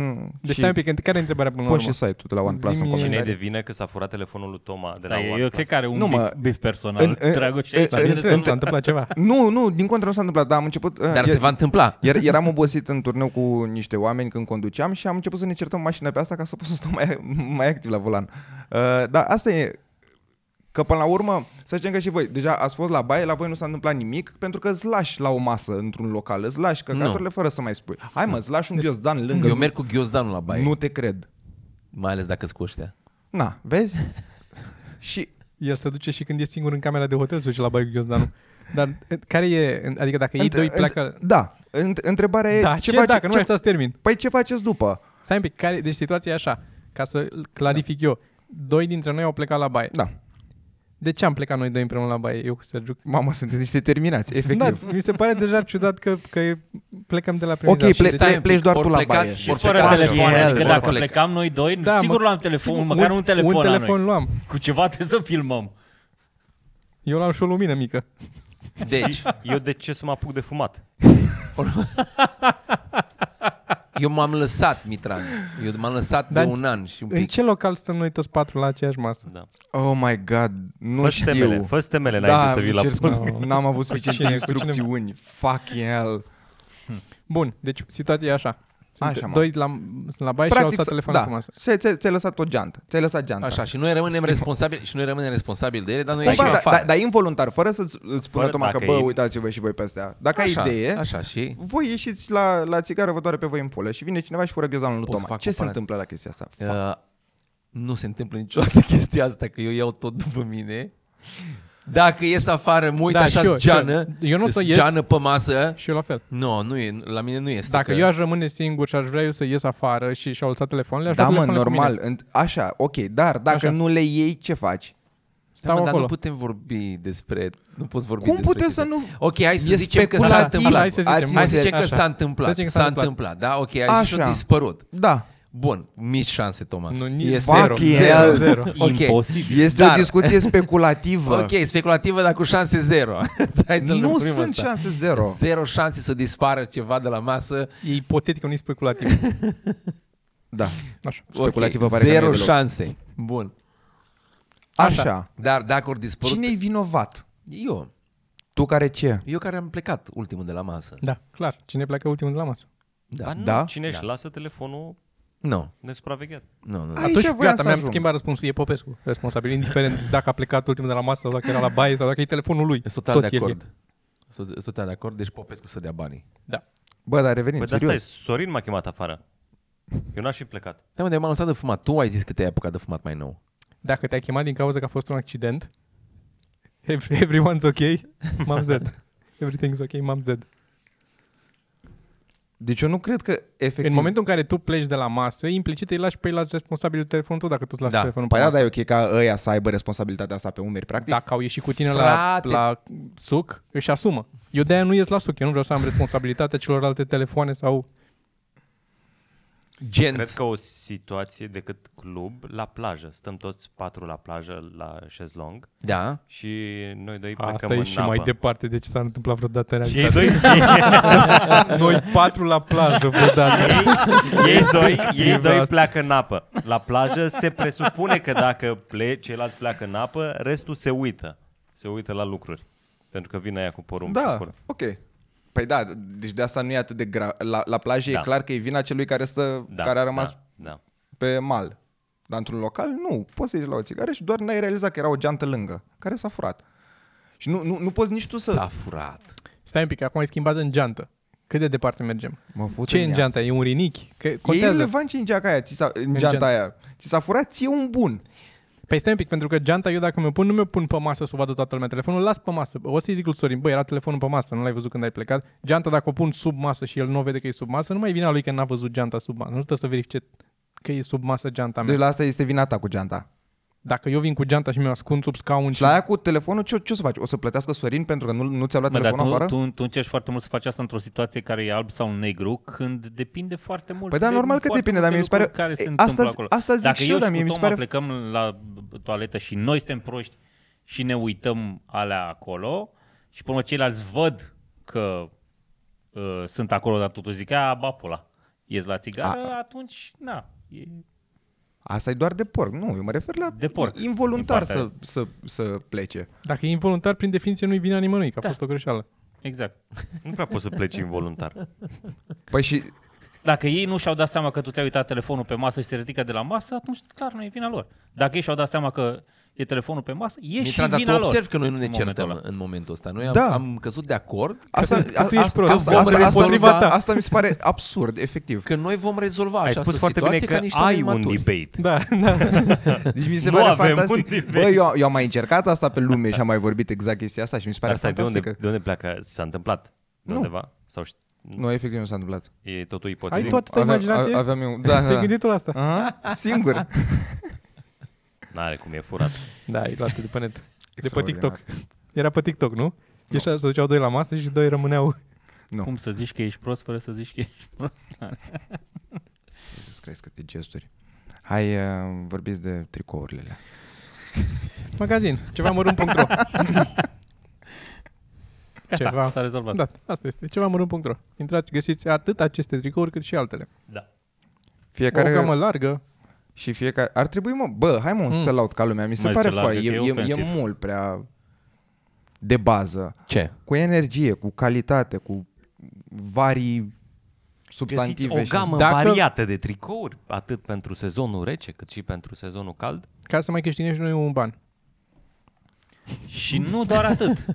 B: Deci
E: și,
B: stai un pic, care e întrebarea până la
E: pun
B: urmă?
E: și site-ul de la OnePlus în
B: Zi-mi-
E: comentarii.
C: Cine e de vină că s-a furat telefonul lui Toma de la
D: Da, eu
C: OnePlus?
D: cred că are un
E: Nu,
D: bif,
E: mă,
D: bif personal,
E: în- în-
D: Dragoș.
E: în-
D: aici. Bine,
E: în-
B: Da, Bineînțeles,
E: Înțeleg.
B: s-a întâmplat ceva.
E: Nu, nu, din contră nu s-a întâmplat, dar am început...
A: Dar se va întâmpla.
E: iar, eram obosit în turneu cu niște oameni când conduceam și am început să ne certăm mașina pe asta ca să pot să stau mai, mai activ la volan. Uh, dar asta e... Că până la urmă, să zicem că și voi, deja ați fost la baie, la voi nu s-a întâmplat nimic, pentru că îți lași la o masă într-un local, îți lași căcaturile fără să mai spui. Hai mă, îți lași un
B: Deci,
E: ghiozdan lângă.
A: Eu merg cu ghiozdanul la baie,
E: Nu
A: nu.
E: te cred.
A: mai ales dacă scoștea.
E: Na, vezi? și
B: El se duce și când e singur în camera de hotel, se duce la baie cu ghiozdanul. Dar e, care e, adică dacă ei
E: Înt-
B: doi
E: înt-
B: pleacă...
E: Da, Înt- întrebarea e
B: Da,
E: ce,
B: ce,
E: face,
B: dacă nu
E: ce,
B: mai să termin.
E: Păi ce faceți după?
B: Stai un pic, care, deci situația e așa, ca să clarific eu. Doi dintre noi au plecat la baie.
E: Da,
B: De ce am plecat noi doi împreună la baie, eu cu Sergiu?
E: mamă, sunteți niște terminați, efectiv.
B: Da, mi se pare deja ciudat că, că e- plecăm de la Deci
E: Ok,
B: premiza. și
E: ple-
B: de-
E: stai, pleci doar
A: ori
E: tu la
A: plecat
E: baie.
A: și
D: Și
A: ori
D: fără
A: plecat
D: telefon,
A: el,
E: da,
D: adică
A: ori
D: dacă
A: plecat.
D: plecam noi doi,
B: Da,
D: sigur
B: mă-
D: luam telefon,
B: sigur,
D: măcar un, telefon
B: Un
D: la
B: telefon
D: noi.
B: luam.
D: Cu ceva trebuie să filmăm.
B: Eu l-am și o lumină mică.
A: Deci,
C: Eu de ce să mă apuc de fumat?
A: eu m-am lăsat, Mitran. Eu m-am lăsat
B: Dar
A: de un an și un
B: În
A: pic.
B: ce local stăm noi toți patru la aceeași masă?
C: Da.
E: Oh my god, nu
C: Fă temele,
E: știu.
C: fă temele înainte
E: da,
C: să vii la
E: cer
C: până.
E: scuze,
B: No.
E: n-am avut
B: Cu
E: suficiente
B: cine- cu cine-
E: instrucțiuni. Fucking hell.
B: Bun, deci situația e așa. Sunt
E: Așa, mă.
B: doi la, sunt la baie și au stat
E: să-
B: telefonul
E: da,
B: pe masă.
E: ți- ți- ți-ai lăsat o geantă. Ți-ai lăsat geanta.
A: Așa, și noi rămânem responsabili, și noi rămânem responsabili de ele, dar noi
E: Cumva,
A: ieșim
E: dar da,
A: afară.
E: da, involuntar, fără să-ți îți spună
C: Fără-
E: Toma că,
C: dacă
E: bă,
C: e-
E: uitați-vă și voi pe astea. Dacă ai
A: Așa,
E: idee,
A: Așa, și
E: voi ieșiți la, la țigară, vă doare pe voi în pulă și vine cineva și fură ghiozdanul lui
A: Pot să
E: Toma.
A: fac
E: Ce se
A: comparație?
E: întâmplă la chestia asta? Fuck.
A: Uh, nu se întâmplă niciodată chestia asta, că eu iau tot după mine. Dacă ies afară, mă uit
B: Da,
A: da,
B: și eu,
A: așa
B: și eu.
A: geană,
B: Eu nu o să ies.
A: geană pe masă.
B: Și eu la fel.
A: Nu, no, nu e, la mine nu este.
B: Dacă
A: că...
B: eu aș rămâne singur și aș vrea eu să ies afară și și-au lăsat telefonele, aș
E: Da,
B: lua
E: mă,
B: telefonele cu
E: normal.
B: mine.
E: În, așa, ok, dar dacă
B: Așa.
E: nu le iei, ce faci?
A: Da,
B: Stau
A: mă, dar
B: acolo.
A: nu putem vorbi despre... Nu poți vorbi
E: Cum
A: despre
E: puteți să
A: chestia.
E: nu-
A: Ok, hai să
E: E
A: zicem că s-a
E: speculativ.
A: întâmplat.
B: Hai să zicem,
A: Hai să zicem că
B: Așa.
A: s-a întâmplat.
B: Să zicem că s-a
A: S-a
B: întâmplat.
A: întâmplat, da? Ok, ai zis
E: Așa.
A: și dispărut.
E: Da.
A: Bun, mici șanse, Toma.
B: Nu, nici
A: E
B: zero.
E: Fucking
B: Zero,
E: hell.
B: zero.
A: Ok.
D: Imposibil.
E: Este
A: Dar-
E: o discuție speculativă.
A: Ok, speculativă, dar cu șanse zero. Hai să-l
E: Nu
A: lămurim
E: sunt
A: asta.
E: șanse zero.
A: Zero șanse să dispară ceva de la masă.
B: E ipotetic, nu e speculativ.
E: Da.
B: Așa.
E: Speculativă
A: Ok,
E: pare că nu e
A: Zero
E: deloc.
A: șanse. Bun.
E: Așa.
A: Dar dacă ori dispărut...
E: Cine e vinovat?
A: Eu.
E: Tu care ce?
A: Eu care am plecat ultimul de la masă.
B: Da, clar. Cine pleacă ultimul de la masă?
A: Da.
C: Ba nu,
E: Da?
C: cine ești? Lasă telefonul
A: Nu,
C: nesupravegheat.
A: nu, nu.
E: Ai- Aici
B: Atunci,
E: Păi voiam să
B: gata, mi-am
E: ajung.
B: schimbat răspunsul. E Popescu responsabil, indiferent dacă a plecat ultimul de la masă sau dacă era la baie sau dacă e telefonul lui.
A: Sunt total de
B: el
A: acord.
B: e.
A: Sunt sunt total de acord, deci Popescu să dea banii.
B: Da.
E: Bă, dar revenim,
C: Păi de asta e,
E: serios.
C: Sorin m-a chemat afară. Eu n-aș fi plecat.
A: Da, mă, dar eu m-am lăsat de fumat. Tu ai zis că te-ai apucat de fumat mai nou.
B: Dacă te-a chemat din cauza că a fost un accident, ev- everyone's okay, mom's dead. Everything's okay, mom's dead.
E: Deci eu nu cred că efectiv...
B: În momentul în care tu pleci de la masă, implicit îi lași pe ei la responsabil telefonul tău dacă tu îți lași
A: Da.
B: telefonul pe
E: Păi da,
B: masă.
E: dar e ok ca ăia să aibă responsabilitatea asta pe umeri, practic.
B: Dacă au ieșit cu tine la,
A: Frate!
B: la suc, își asumă. Eu de-aia nu ies la suc, eu nu vreau să am responsabilitatea celorlalte telefoane sau...
C: Cred
A: Genți.
C: că o situație decât club la plajă. Stăm toți patru la plajă, la șezlong
A: Da.
C: și noi doi plecăm
B: Asta e
C: în
B: și
C: apă.
B: mai departe de ce s-a întâmplat vreodată în
C: Și ei
B: realitate.
C: doi,
B: Noi patru la plajă vreodată.
C: ei doi, ei
B: Privă
C: doi
B: asta.
C: pleacă în apă. La plajă se presupune că dacă ple, ceilalți pleacă în apă, restul se uită. Se uită la lucruri. Pentru că vine aia cu porumb și
E: Da,
C: fură.
E: ok. Păi da, deci de asta nu e atât de gra... La, la plajă da.
C: Da.
E: e clar că e vina celui care stă, da,
C: Da,
E: care a rămas da.
C: Da, da.
E: pe mal. Dar într-un local, nu. Poți să ieși la o țigară și doar n-ai realizat că era o geantă lângă, care s-a furat. Și nu, nu, nu poți nici tu să...
A: S-a furat.
B: Stai un pic, acum ai schimbat în geantă. Cât de departe mergem?
E: Mă fut
B: Ce e în
E: ea.
B: geanta? E un rinichi? Că
E: E
B: contează.
E: irrelevant ce e în geanta aia, ți s-a, în
B: geantă.
E: geanta aia. Ți s-a furat ție un bun.
B: Păi stai un pic, pentru că geanta eu dacă mi-o pun, nu mi-o pun pe masă să o vadă toată lumea. Telefonul îl las pe masă. O să-i zic lui Sorin, băi, era telefonul pe masă, nu l-ai văzut când ai plecat. Geanta dacă o pun sub masă și el nu o vede că e sub masă, nu mai e vina lui că n-a văzut geanta sub masă. Nu trebuie să verifice că e sub masă geanta mea.
E: Deci la asta este vina ta cu geanta.
B: Dacă eu vin cu geanta și mi-o ascund sub scaun
E: Și
B: și...
E: la aia cu telefonul, ce, ce o să faci? O să plătească Sorin pentru că nu, nu ți-a luat
D: Mă, dar
E: telefonul afară?
D: tu, tu, tu încerci foarte mult să faci asta într-o situație care e alb sau negru, când depinde foarte mult.
E: Păi da,
D: de
E: normal că
D: foarte multe
E: depinde, dar mie mi se pare-
D: lucruri Care se
E: e,
D: întâmplă
E: asta-
D: acolo.
E: asta zic
D: Dacă
E: și eu,
D: eu,
E: dar
D: și
E: mie
D: cu
E: mi se
D: Toma
E: pare-
D: plecăm la toaletă și noi suntem proști și ne uităm alea acolo și până la urmă ceilalți văd că uh, sunt acolo, dar totuși zic, a, bapula, ies la țigară,
E: A-
D: atunci, na, e
E: Asta e doar de porc. Nu, eu mă refer la
D: De porc,
E: involuntar
D: din
E: să,
D: partea-
E: să, să plece.
B: Dacă e involuntar, prin definiție nu-i vina nimănui, că a
D: Da.
B: fost o greșeală.
D: exact.
C: Nu prea poți să pleci involuntar.
E: Păi și
D: Dacă ei nu și-au dat seama că tu ți-ai uitat telefonul pe masă și se ridică de la masă, atunci clar nu e vina lor. Dacă ei și-au dat seama că e telefonul pe masă, e
A: Mitra,
D: și
A: dar tu
D: vina lor.
A: observi că noi nu ne
D: în momentul
A: certăm
D: ăla.
A: în momentul ăsta. Noi am,
E: Da.
A: am căzut de acord
E: Asta,
B: că tu ești prost,
E: asta,
A: vom
E: asta, asta,
A: rezolva-
E: asta, asta mi se pare absurd, efectiv.
A: că noi vom rezolva
C: Ai
A: această
C: spus foarte bine
A: situație
C: că
A: ca niște
C: ai
A: oameni
C: un
A: maturi.
C: debate.
B: Da, da.
E: Deci mi se
C: Nu
E: pare
C: avem un
E: fantastic.
C: nivel.
E: Bă, eu, eu am mai încercat asta pe lume și am mai vorbit exact chestia asta și mi se pare
C: Dar stai, de unde,
E: fantastică.
C: de unde pleacă? S-a întâmplat? De
E: Nu.
C: undeva? Sau ști-
E: Nu, efectiv nu s-a întâmplat.
C: e totul
B: Ai
C: ipotetic?
B: tu atâta imaginație?
E: Aveam, aveam eu, da,
B: Te-ai
E: da.
B: gândit tu la asta?
E: Aha, singur.
C: N-are cum, e furat.
B: Da, e luat de pe net. De pe
E: Extraordinar.
B: TikTok. Era pe TikTok, nu? Ieșa, se duceau doi la masă și doi rămâneau.
E: Nu.
D: Cum să zici că ești prost fără să zici că ești prost?
E: Jesus Christ, câte gesturi. Hai, uh, vorbiți de tricourile alea.
B: Magazin, ceva mărunt.ro
D: Gata, s-a rezolvat.
B: Da, asta este. Ceva mărunt.ro Intrați, găsiți atât aceste tricouri cât și altele.
C: Da.
E: Fiecare...
B: O gamă largă.
E: Și fiecare... Ar trebui, mă... Bă, hai mă, un
B: Mm.
E: mm. sellout ca lumea. Mi se
D: Mai
E: pare
D: se largă,
E: foarte... E,
D: că e
E: e,
D: ofensiv.
E: e mult prea de bază.
A: Ce?
E: Cu energie, cu calitate, cu varii
C: Găsiți
E: substantive.
C: o gamă Da.
B: Dacă-
C: Dacă... variată de tricouri, atât pentru sezonul rece, cât și pentru sezonul cald.
B: Ca să mai câștigăm și noi un ban.
D: Și nu doar atât.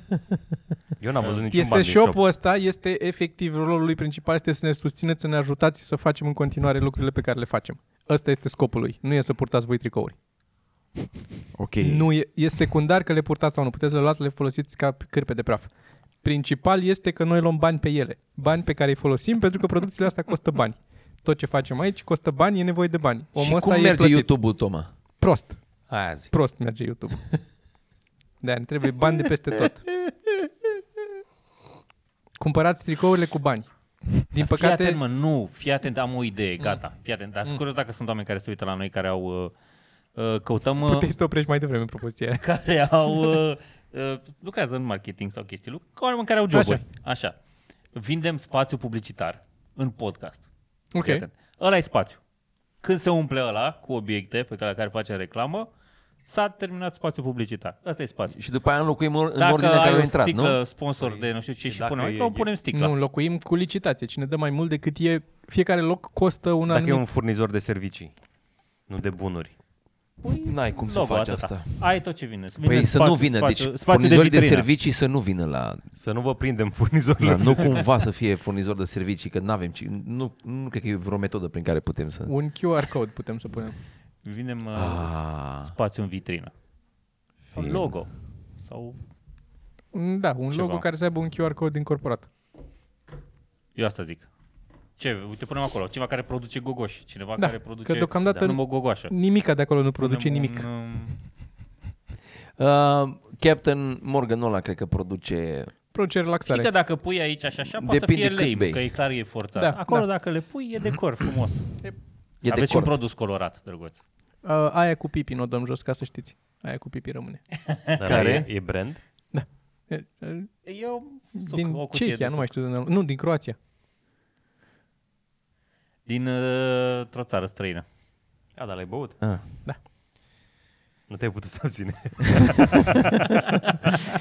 C: Eu n-am văzut niciun
B: Este
C: ban din shop.
B: shop-ul ăsta, este efectiv rolul lui principal, este să ne susțineți, să ne ajutați să facem în continuare lucrurile pe care le facem. Ăsta este scopul lui. Nu e să purtați voi tricouri.
E: Ok.
B: Nu e, e secundar că le purtați sau nu. Puteți să le luați, le folosiți ca cârpe de praf. Principal este că noi luăm bani pe ele. Bani pe care îi folosim pentru că producțiile astea costă bani. Tot ce facem aici costă bani, e nevoie de bani. Omul
A: și
B: ăsta
A: cum
B: e
A: merge
B: plătit.
A: YouTube-ul, Toma?
B: Prost.
A: Aia zic.
B: Prost merge YouTube. Da, ne trebuie bani de peste tot. Cumpărați tricourile cu bani. Din
D: Dar Fii
B: păcate,
D: atent, mă, nu, fii atent, am o
A: Mm.
D: idee, gata, fii atent. Dar sunt curios dacă sunt oameni care se uită la noi, care au... uh, uh, Căutăm... uh,
B: puteai să te oprești mai devreme propoziția aia.
D: care au uh, uh, lucrează în marketing sau chestii, lu- ca oameni care au joburi. Așa. Așa. Vindem spațiu publicitar în podcast.
B: Ok.
D: Fii atent. Ăla e spațiu. Când se umple ăla cu obiecte pe care, la care face reclamă, s-a terminat spațiul publicitar. Asta e spațiu.
A: Și după aia înlocuim or- în
D: Dacă
A: ordinea
D: ai
A: care au
D: o
A: intrat,
D: sticlă
A: nu?
D: sponsor de nu știu ce și
C: Păi Dacă
D: punem,
C: e-
D: acolo, o punem sticla.
B: Nu, înlocuim cu licitație. Cine dă mai mult decât e, fiecare loc costă un
C: Dacă e
B: anumit.
C: un furnizor de servicii, nu de bunuri.
D: Pui
A: N-ai cum să
D: logo,
A: faci
D: atâta.
A: asta.
D: Ai tot ce vine. Vine
A: Păi să
D: spațiu,
A: nu vină, deci
D: spațiu- spațiu
A: furnizorii de,
D: vitrină.
A: servicii să nu vină la...
C: Să nu vă prindem furnizorii.
A: la
C: La...
A: nu cumva să fie furnizor de servicii, că n-avem... ci- Nu, nu cred că e vreo metodă prin care putem să...
B: Un QR code putem să punem.
D: Vinem uh,
A: Ah.
D: spațiu în vitrină. Sau
A: Fin.
D: logo. Sau
B: Mm, Da, un
D: Ceva.
B: logo care să aibă un QR code incorporat.
D: Eu asta zic. Ce, uite, punem acolo. Cineva care produce gogoși, cineva
B: Da,
D: care produce
B: că deocamdată
D: numai gogoașă.
B: Nimica de acolo nu produce
D: Punem
B: nimic.
D: Un, um,
A: Uh, Captain Morgan ăla cred că produce...
B: Produce
D: știi
B: relaxare.
D: că dacă pui aici așa, așa, poate să
A: Depinde
D: fie
A: cât
D: lame,
A: bei.
D: că e clar e forțat.
B: Da,
D: acolo
B: da.
D: dacă le pui, e decor frumos.
A: E
D: Aveți
A: de
D: și un
A: cort.
D: produs colorat, drăguț.
B: Uh, aia cu pipi nu o dăm jos, ca să știți. Aia cu pipi rămâne. Da.
C: Care? E, e brand?
B: E, e,
D: Eu suc, o
B: Din
D: cutie de
B: Cehia, nu
D: suc.
B: mai știu. de unde- Nu, din Croația.
D: Din uh, o țară străină.
C: A, dar l-ai băut.
A: Ah.
B: Da.
C: Nu te-ai putut să abține.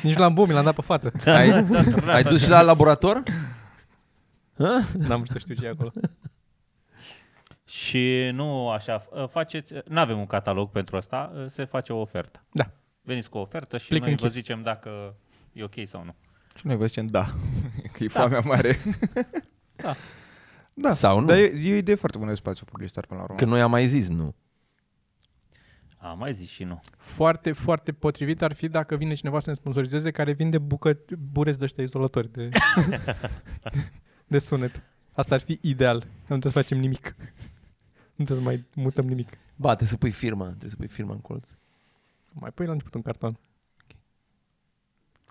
B: Nici la mi l-am dat pe față.
D: Da,
A: Ai, ai dus și la laborator? Hă?
B: N-am vrut să știu ce e acolo.
D: Și nu așa, uh, faceți, nu avem un catalog pentru asta, uh, se face o ofertă.
B: Da.
D: Veniți cu o ofertă și
B: Plic
D: noi vă
B: închis.
D: zicem dacă e ok sau nu.
E: Și noi vă zicem da, că e foamea mare.
D: Da.
E: Da,
A: Sau nu.
E: dar e, e o idee foarte bună de spațiu publicitar până la urmă.
A: Că noi am mai zis nu.
D: Am mai zis și nu.
B: Foarte, foarte potrivit ar fi dacă vine cineva să ne sponsorizeze care vinde bucă, bureți de ăștia izolatori de, de sunet. Asta ar fi ideal. Nu trebuie să facem nimic. Nu trebuie să mai mutăm nimic.
A: Ba, trebuie să pui firma, trebuie să pui firma în colț.
B: Mai pui la început un carton.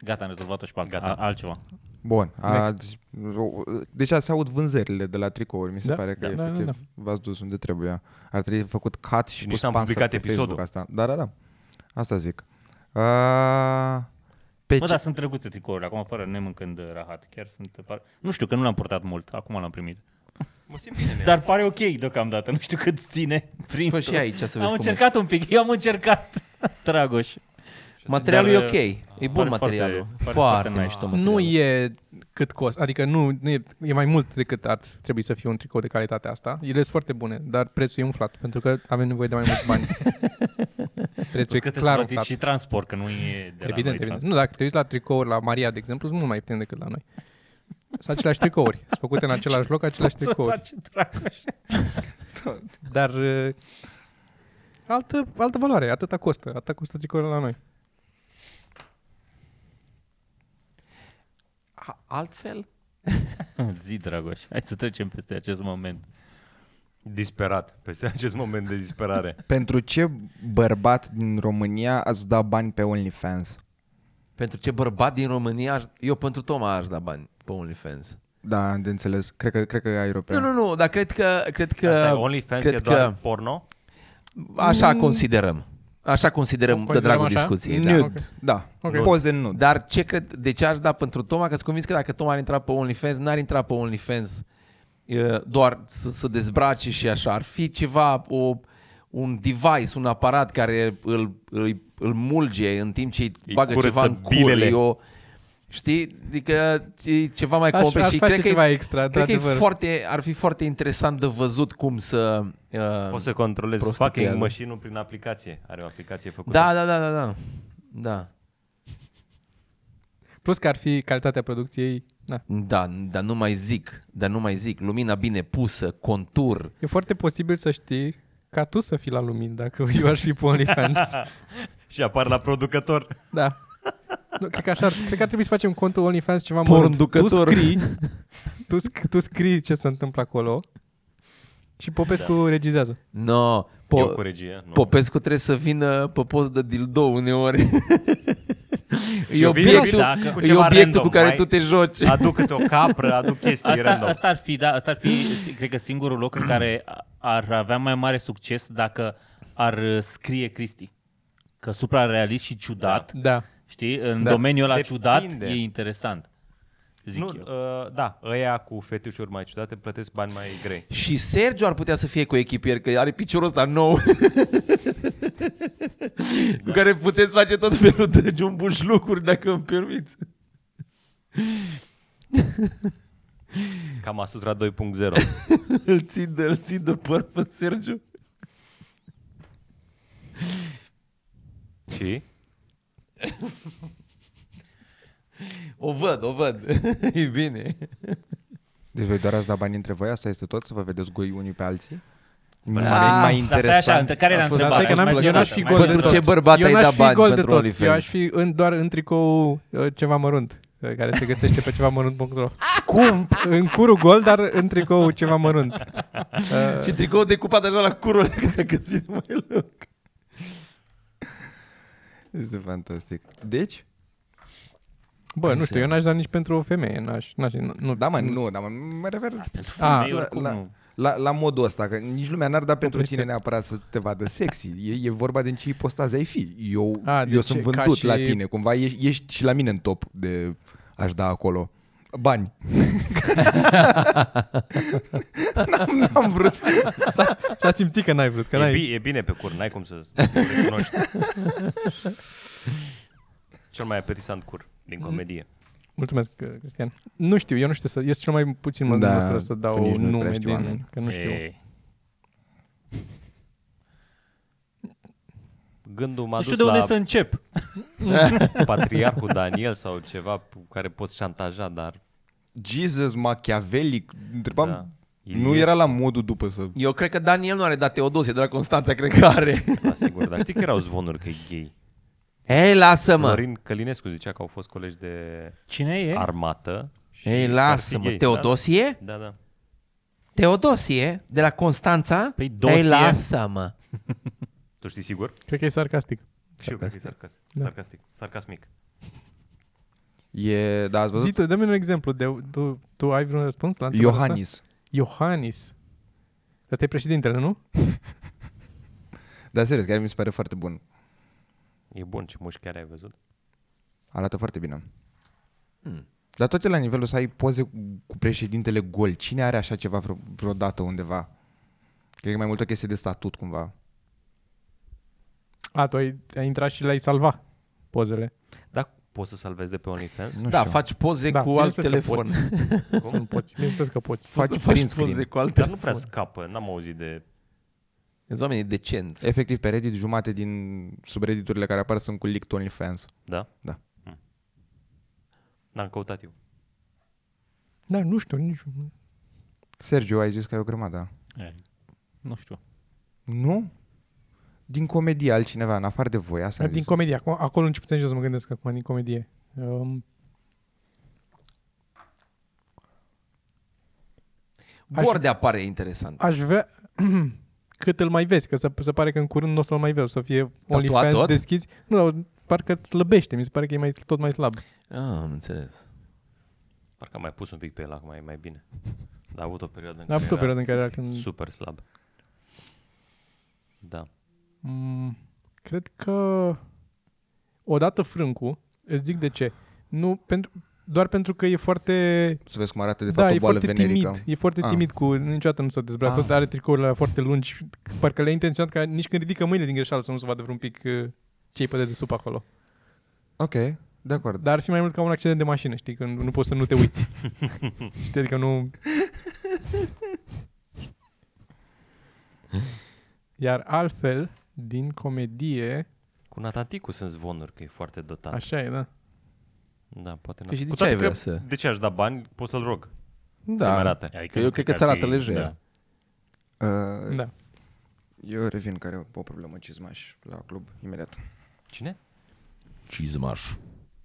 D: Gata, am rezolvat-o și pe alta.
C: Gata.
D: A- altceva.
E: Bun, azi, deja se aud deci vânzările de la tricouri, mi se
B: Da,
E: pare că
B: da, da,
E: efectiv
B: da.
E: v-ați dus unde trebuia. Ar trebui făcut cut și
C: nici
E: pus
C: n-am
E: pansă
C: publicat
E: pe
C: episodul.
E: Facebook asta. Da, da, da, asta zic. Uh,
A: Deci-
E: pe
D: Bă,
E: ce-
D: dar sunt drăguțe tricourile, acum fără nemâncând uh, rahat. Chiar sunt... Par... Nu știu, că nu l-am purtat mult, acum l-am primit.
C: Mă simt bine.
D: Dar pare ok deocamdată, nu știu cât ține. Prin
A: Fă și aici să vezi
D: Am
A: cum e.
D: încercat un pic, eu am încercat, Dragoș.
A: Materialul e
D: Dar,
A: ok. E bun
D: uh, pare
A: materialul.
D: Foarte,
A: Foarte,
D: pare foarte nice.
A: mișto
B: Nu
A: materialul.
B: e cât costă, adică nu, nu e, e mai mult decât ar trebui să fie un tricou de calitatea asta. Ele sunt foarte bune, dar prețul e umflat, pentru că avem nevoie de mai mulți bani. prețul
D: Plus
B: e
D: că
B: clar
D: clar,
B: umflat.
D: și transport, că nu e de la
B: Evident,
D: noi
B: evident.
D: transport.
B: Nu, dacă te uiți la tricouri la Maria, de exemplu, sunt mult mai ieftin decât la noi. Sunt aceleași tricouri, sunt făcute în același loc, aceleași
D: Să
B: tricouri.
D: faci, Dragoș.
B: Dar uh, altă, altă valoare, atâta costă, atâta costă tricourile la noi.
A: A- Altfel?
D: Zi, Dragoș, hai să trecem peste acest moment.
C: Disperat, peste acest moment de disperare.
E: Pentru ce bărbat din România ați da bani pe OnlyFans?
A: Pentru ce bărbat din România, aș- eu pentru Toma aș da bani pe OnlyFans.
E: Da, de înțeles. Cred că, cred că ai
A: Nu,
E: european.
A: nu, nu, dar cred că... Cred că
C: Asta e OnlyFans, e
A: cred
C: doar
A: că
C: porno?
A: așa considerăm. Așa considerăm de
B: Considerăm
A: dragul
B: așa?
A: discuției. Da.
E: Nude,
B: ok.
E: da.
B: Ok.
E: Poze nude.
A: Dar ce cred, de ce aș da pentru Toma? Că sunt convins că dacă Toma ar intra pe OnlyFans, n-ar intra pe OnlyFans eh, doar să, să dezbrace și așa. Ar fi ceva, o, un device, un aparat care îl, îl, îl mulge în timp ce îi
C: Îi
A: bagă
C: curăță
A: ceva în cur.
C: bilele.
A: E o, știi? Adică e ceva mai
B: Aș-
A: complex
B: aș
A: și
B: face
A: cred că,
B: ceva
A: e,
B: extra,
A: cred că e
B: într-adevăr.
A: foarte, ar fi foarte interesant de văzut cum să... Uh,
C: Poți să controlezi
A: prostituează.
C: fucking mașinul prin aplicație. Are o aplicație făcută.
A: da, da, da, da, da. Da.
B: Plus că ar fi calitatea producției, da.
A: Da, dar nu mai zic, dar nu mai zic, lumina bine pusă, contur,
B: E foarte posibil să știi ca tu să fii la lumini dacă eu aș fi pe OnlyFans.
C: Și apar la producător.
B: Da. Nu, cred, că așa, ar- cred că ar trebui să facem contul OnlyFans ceva mărunt. Tu
E: Pornducător.
B: scrii, tu, sc- tu scrii ce se întâmplă acolo și Popescu da. regizează.
A: No,
C: Po- Eu cu
A: po-
C: regie. Nu.
A: Popescu trebuie să vină pe post de dildo uneori. e
C: eu vin-
A: obiectul,
D: vin dacă-
A: cu,
C: cu
A: e
C: ceva
A: obiectul
C: random,
A: cu care
C: mai-
A: tu te joci.
C: Aduc câte o capră, aduc chestii
D: Asta,
C: random.
D: asta ar fi, da, asta ar fi, cred că singurul loc în care a- ar avea mai mare succes dacă ar scrie Cristi. Că suprarealist și ciudat, da.
B: Da.
D: știi, în
B: Da.
D: da. domeniul ăla
C: Depinde.
D: ciudat e interesant. Zic
C: nu,
D: eu.
C: Uh, da, ăia cu fetișuri mai ciudate plătesc bani mai grei.
A: Și Sergiu ar putea să fie cu echipier, că are piciorul ăsta nou. cu care puteți face tot felul de jumbuș lucruri, dacă îmi permiți.
C: Cam Asupra 2.0.
A: îl ții de, îl ții de păr pe Sergiu.
C: și?
A: O văd, o văd. e bine.
E: Deci voi doar ați da bani între voi? Asta este tot? Să vă vedeți goi unii pe alții? Mai,
A: Da.
E: mai
D: Dar stai Ah, așa,
E: interesant.
D: între- care
E: a
D: era
E: fost-
B: Dar stai
D: întrebarea?
B: că n-am, eu n-aș fi
D: Mai
B: gol de
A: Pentru
B: tot.
A: ce bărbat
B: eu
A: ai
B: n-aș
A: dat
B: fi
A: bani
B: gol de
A: pentru
B: tot.
A: OnlyFans?
B: Eu aș fi în, doar în tricou uh, ceva mărunt uh, care se găsește pe ceva mărunt.ro. Cum? În curul gol, dar în tricou ceva mărunt. Uh,
A: Și tricou decupat așa la curul, dacă ți mai loc.
E: Este fantastic. Deci?
B: bă, nu știu, eu n-aș da nici pentru o femeie. N-aș, n-aș, nu,
E: Da, mă, nu, da, mă, mă refer
B: A,
D: Ei, oricum
E: la,
D: nu.
E: la, la modul ăsta, că nici lumea n-ar da pentru
B: plece.
E: tine neapărat să te vadă sexy. E, e vorba din ce ipostaze ai fi. Eu,
B: A,
E: A,
B: deci
E: eu sunt
B: ca
E: vândut
B: și-
E: la tine, cumva ești, ești și la mine în top de aș da acolo. Bani. n-am, n-am vrut.
B: S-a, s-a simțit că n-ai vrut, că
C: e,
B: n-ai...
C: bi- e bine pe cur, n-ai cum să o recunoști. Cel mai apetisant cur din
A: Mhm.
C: comedie.
B: Mulțumesc, uh, Cristian. Nu știu, eu nu știu să... Eu sunt cel mai puțin mă
E: Da,
B: da, să
E: tu nici
B: dau
E: nu prea
B: nume
E: știi
B: din...
E: oameni.
B: Că nu știu.
D: Ei.
C: Gândul m-a
D: Nu
C: dus
D: știu de unde
C: la
D: să încep.
C: patriarhul Daniel sau ceva cu care poți șantaja, dar
E: Jesus, Machiavellic. Întrebam...
C: Da.
E: Da. Nu era la modul după să...
A: Eu cred că Daniel nu are dat Teodosie, doar Constanța cred că are.
C: la sigur. Dar știi că erau zvonuri că e gay.
A: Ei, lasă-mă!
C: Florin Călinescu zicea că au fost colegi de
D: Cine e?
C: armată. și
A: Ei,
C: că ar fi
A: lasă-mă!
C: gay,
A: Teodosie?
C: Da, da. da.
A: Teodosie, de la Constanța?
D: Păi, dosie.
A: Ei, lasă-mă!
C: Tu știi sigur?
B: Cred că e sarcastic.
C: Și eu cred că e sarcastic.
B: Da.
C: Sarcastic. Sarcasmic.
E: E, da, ați
B: Zi,
E: văzut?
B: tu, dă-mi un exemplu. De, tu, tu ai vreun răspuns la întrebarea Asta?
E: Iohannis.
B: Iohannis. Asta e președintele, nu?
E: Da, serios, chiar mi se pare foarte bun.
C: E bun ce mușchiare ai văzut.
E: Arată foarte bine. Dar tot e la nivelul să ai poze cu- cu președintele gol. Cine are așa ceva vreo, vreodată undeva? Cred că e mai mult o chestie de statut cumva.
B: A, tu ai, ai intrat și l-ai salva. pozele.
C: Dar poți să salvezi de pe OnlyFans?
E: Nu
A: Da,
E: știu.
A: faci poze
B: Da,
A: cu alt
B: bineînțeles că
A: telefon.
B: poți. Nu poți, bineînțeles că poți.
A: Să
E: Faci print screen.
A: poze cu alt
C: Dar nu
A: telefon.
C: prea scapă, n-am auzit de...
A: Sunt oamenii decenți.
E: Efectiv, pe Reddit, jumate din subredditurile care apar sunt cu leaked OnlyFans.
C: Da?
E: Da.
C: Hm. N-am căutat eu.
B: Da, nu știu, nici nu.
E: Sergiu, ai zis că ai o grămadă.
D: E, Nu știu.
E: Nu? Din comedie altcineva, în afară de voi, asta
B: Dar
E: am
B: Da, din
E: zis.
B: comedie, acolo, acolo încep să mă gândesc acum, din comedie. Um, Aș-
A: Borde apare interesant.
B: aș vrea cât îl mai vezi, că se, se pare că în curând nu o să-l mai vezi, o să fie
A: tot?
B: OnlyFans deschis. Nu, dar parcă slăbește, mi se pare că e mai, tot mai slab.
A: Ah, am înțeles.
C: Parcă am mai pus un pic pe el acum, e mai bine. Dar a avut o perioadă în
B: A avut o
C: care
B: perioadă în care era când...
C: era super slab. Da.
B: Mm, cred că odată frâncul, îți zic de ce, nu, pentru, doar pentru că e foarte
E: Să vezi cum arată de fapt
B: da,
E: o
B: e
E: boală
B: foarte
E: venerică.
B: timid. E foarte
E: Ah.
B: timid cu niciodată nu s-a dezbrăcat.
E: Ah.
B: Tot are tricourile alea foarte lungi. Parcă le-a intenționat ca nici când ridică mâinile din greșeală să nu se vadă vreun pic uh, ce-i pe de sub acolo.
E: Ok, de acord.
B: Dar ar fi mai mult ca un accident de mașină, știi? Când nu poți să nu te uiți. știi? Adică nu... Iar altfel, din comedie...
C: Cu Nataticu sunt zvonuri că e foarte dotat. Așa.
B: Așa e, da.
C: Da, poate
A: Păi și
C: Cu
A: de ce
C: toate
A: ai
C: că-
A: vrea să-
C: De ce aș da bani? Pot să-l rog. Să-mi
A: Da.
C: arate.
A: Că eu cred că
D: ar
A: ți arată
D: fi-
A: lejer.
D: da.
E: Uh,
B: da.
E: Eu revin care o problemă cizmaș la club imediat.
C: Cine?
A: Cizmaș.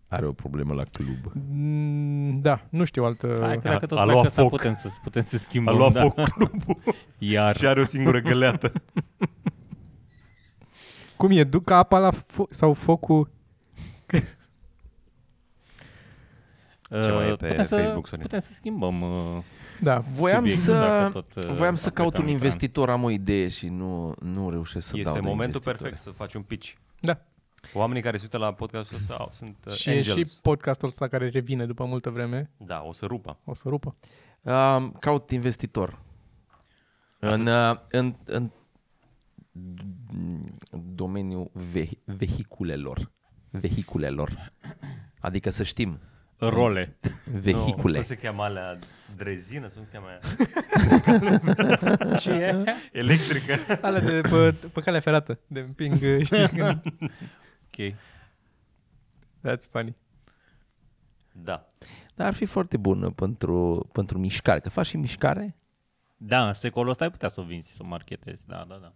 A: Are o problemă la club.
B: Mm, Da, nu știu altă...
D: Hai că
C: A-
D: dacă tot
C: a
D: a
C: luat
D: luat asta
C: foc.
D: putem să, putem să
C: A
D: schimbăm.
C: luat
D: da.
C: foc clubul
D: Iar.
C: și are o singură găleată.
B: Cum e? Duc apa la fo- sau focul?
C: Ce mai e
D: uh,
C: pe
D: putem
C: Facebook,
D: să,
C: Sorin?
D: putem să schimbăm uh,
B: Da.
A: Voiam
D: subiectul,
A: să,
D: dacă tot, uh,
A: voiam să
D: am plecat
A: caut un
D: în plan.
A: investitor, am o idee și nu, nu reușesc să dau
C: Este
A: de
C: momentul
A: investitori.
C: perfect să faci un pitch.
B: Da.
C: Oamenii care se uită la podcastul ăsta au, sunt uh,
B: Și e
C: angels.
B: și podcastul ăsta care revine după multă vreme.
C: Da, o să rupă.
B: O să rupă.
A: Um, caut investitor. În, uh, în, în domeniul ve- vehiculelor. Vehiculelor. Adică să știm.
D: role.
A: Vehicule.
C: Cum se cheamă alea drezină? Cum se cheamă aia?
B: Ce e?
C: Electrică.
B: Alea de pe, pe calea ferată. De împing, uh, știi când...
D: Ok.
B: That's funny.
C: Da.
A: Dar ar fi foarte bună pentru, pentru mișcare. Că faci și mișcare?
D: Da, în secolul ăsta ai putea să o vinzi, să o marketezi. Da, da, da.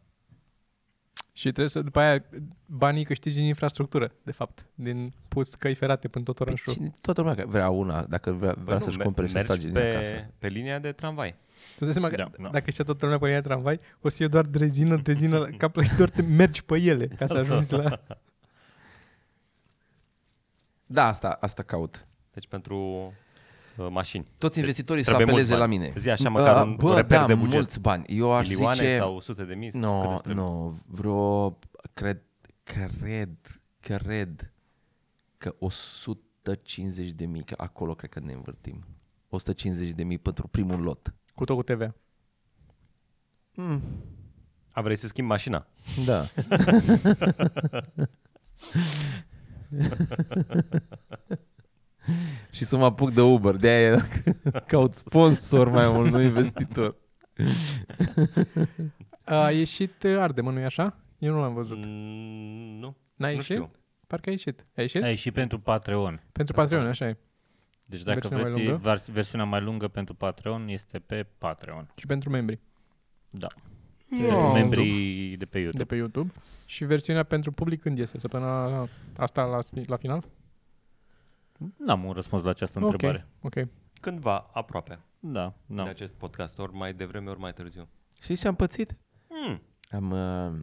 B: Și trebuie să, după aia, banii câștigi din infrastructură, de fapt. Din pus căi ferate până tot
A: Păi
B: orașul.
A: cine- toată lumea că- vrea una, dacă vrea, vrea să-și
C: mer-
A: cumpere și să
C: Păi mergi
A: trage din acasă.
C: pe, pe linia de tramvai.
B: Tu îți dai seama că
D: Da,
B: da,
D: da.
B: dacă și toată lumea pe linia de tramvai, o să fie doar drezină, drezină, la cap și doar te mergi pe ele ca să ajungi la...
A: Da, asta, asta caut.
C: Deci pentru uh, mașini.
A: Toți investitorii să
C: trebuie
A: apeleze
C: mulți
A: la
C: bani.
A: mine.
C: Zi așa, măcar un- un
A: bă,
C: reper
A: da,
C: de buget.
A: mulți bani. Eu aș
C: Milioane
A: zice...
C: sau sute de mii? sau
A: Nu,
C: câte
A: no,
C: îți
A: nu,
C: trebuie?
A: no, vreo, cred, cred, cred că 150 de mii, că acolo cred că ne învârtim. 150 de mii pentru primul lot.
B: Cu tot cu TVA.
A: Mm,
C: A, vrei să schimbi mașina?
A: da. și să mă apuc de Uber, de aia caut sponsor mai mult, nu investitor.
B: A ieșit uh, Ardem, nu-i așa? Eu nu l-am văzut.
C: Mm, nu.
B: N-a
C: nu
B: ieșit?
C: știu.
B: Parcă a ieșit. A ieșit?
D: Ai și pentru Patreon.
B: Pentru Patreon, așa e.
D: Deci dacă
B: Versiunea mai
D: vreți
B: lungă?
D: vers- versiunea mai lungă pentru Patreon, este pe Patreon.
B: Și pentru membri
D: Da.
A: am
D: Pentru membrii de pe YouTube.
B: de pe YouTube. Da. Și versiunea pentru public când iese? Săptămâna asta la, sfi- la final?
D: N-am un răspuns la această întrebare.
B: Ok. ok.
C: Cândva aproape
D: Da,
C: no.
D: da.
C: de acest podcast, ori mai devreme, ori mai târziu.
A: Și ce am pățit?
C: Mm,
A: Am, uh,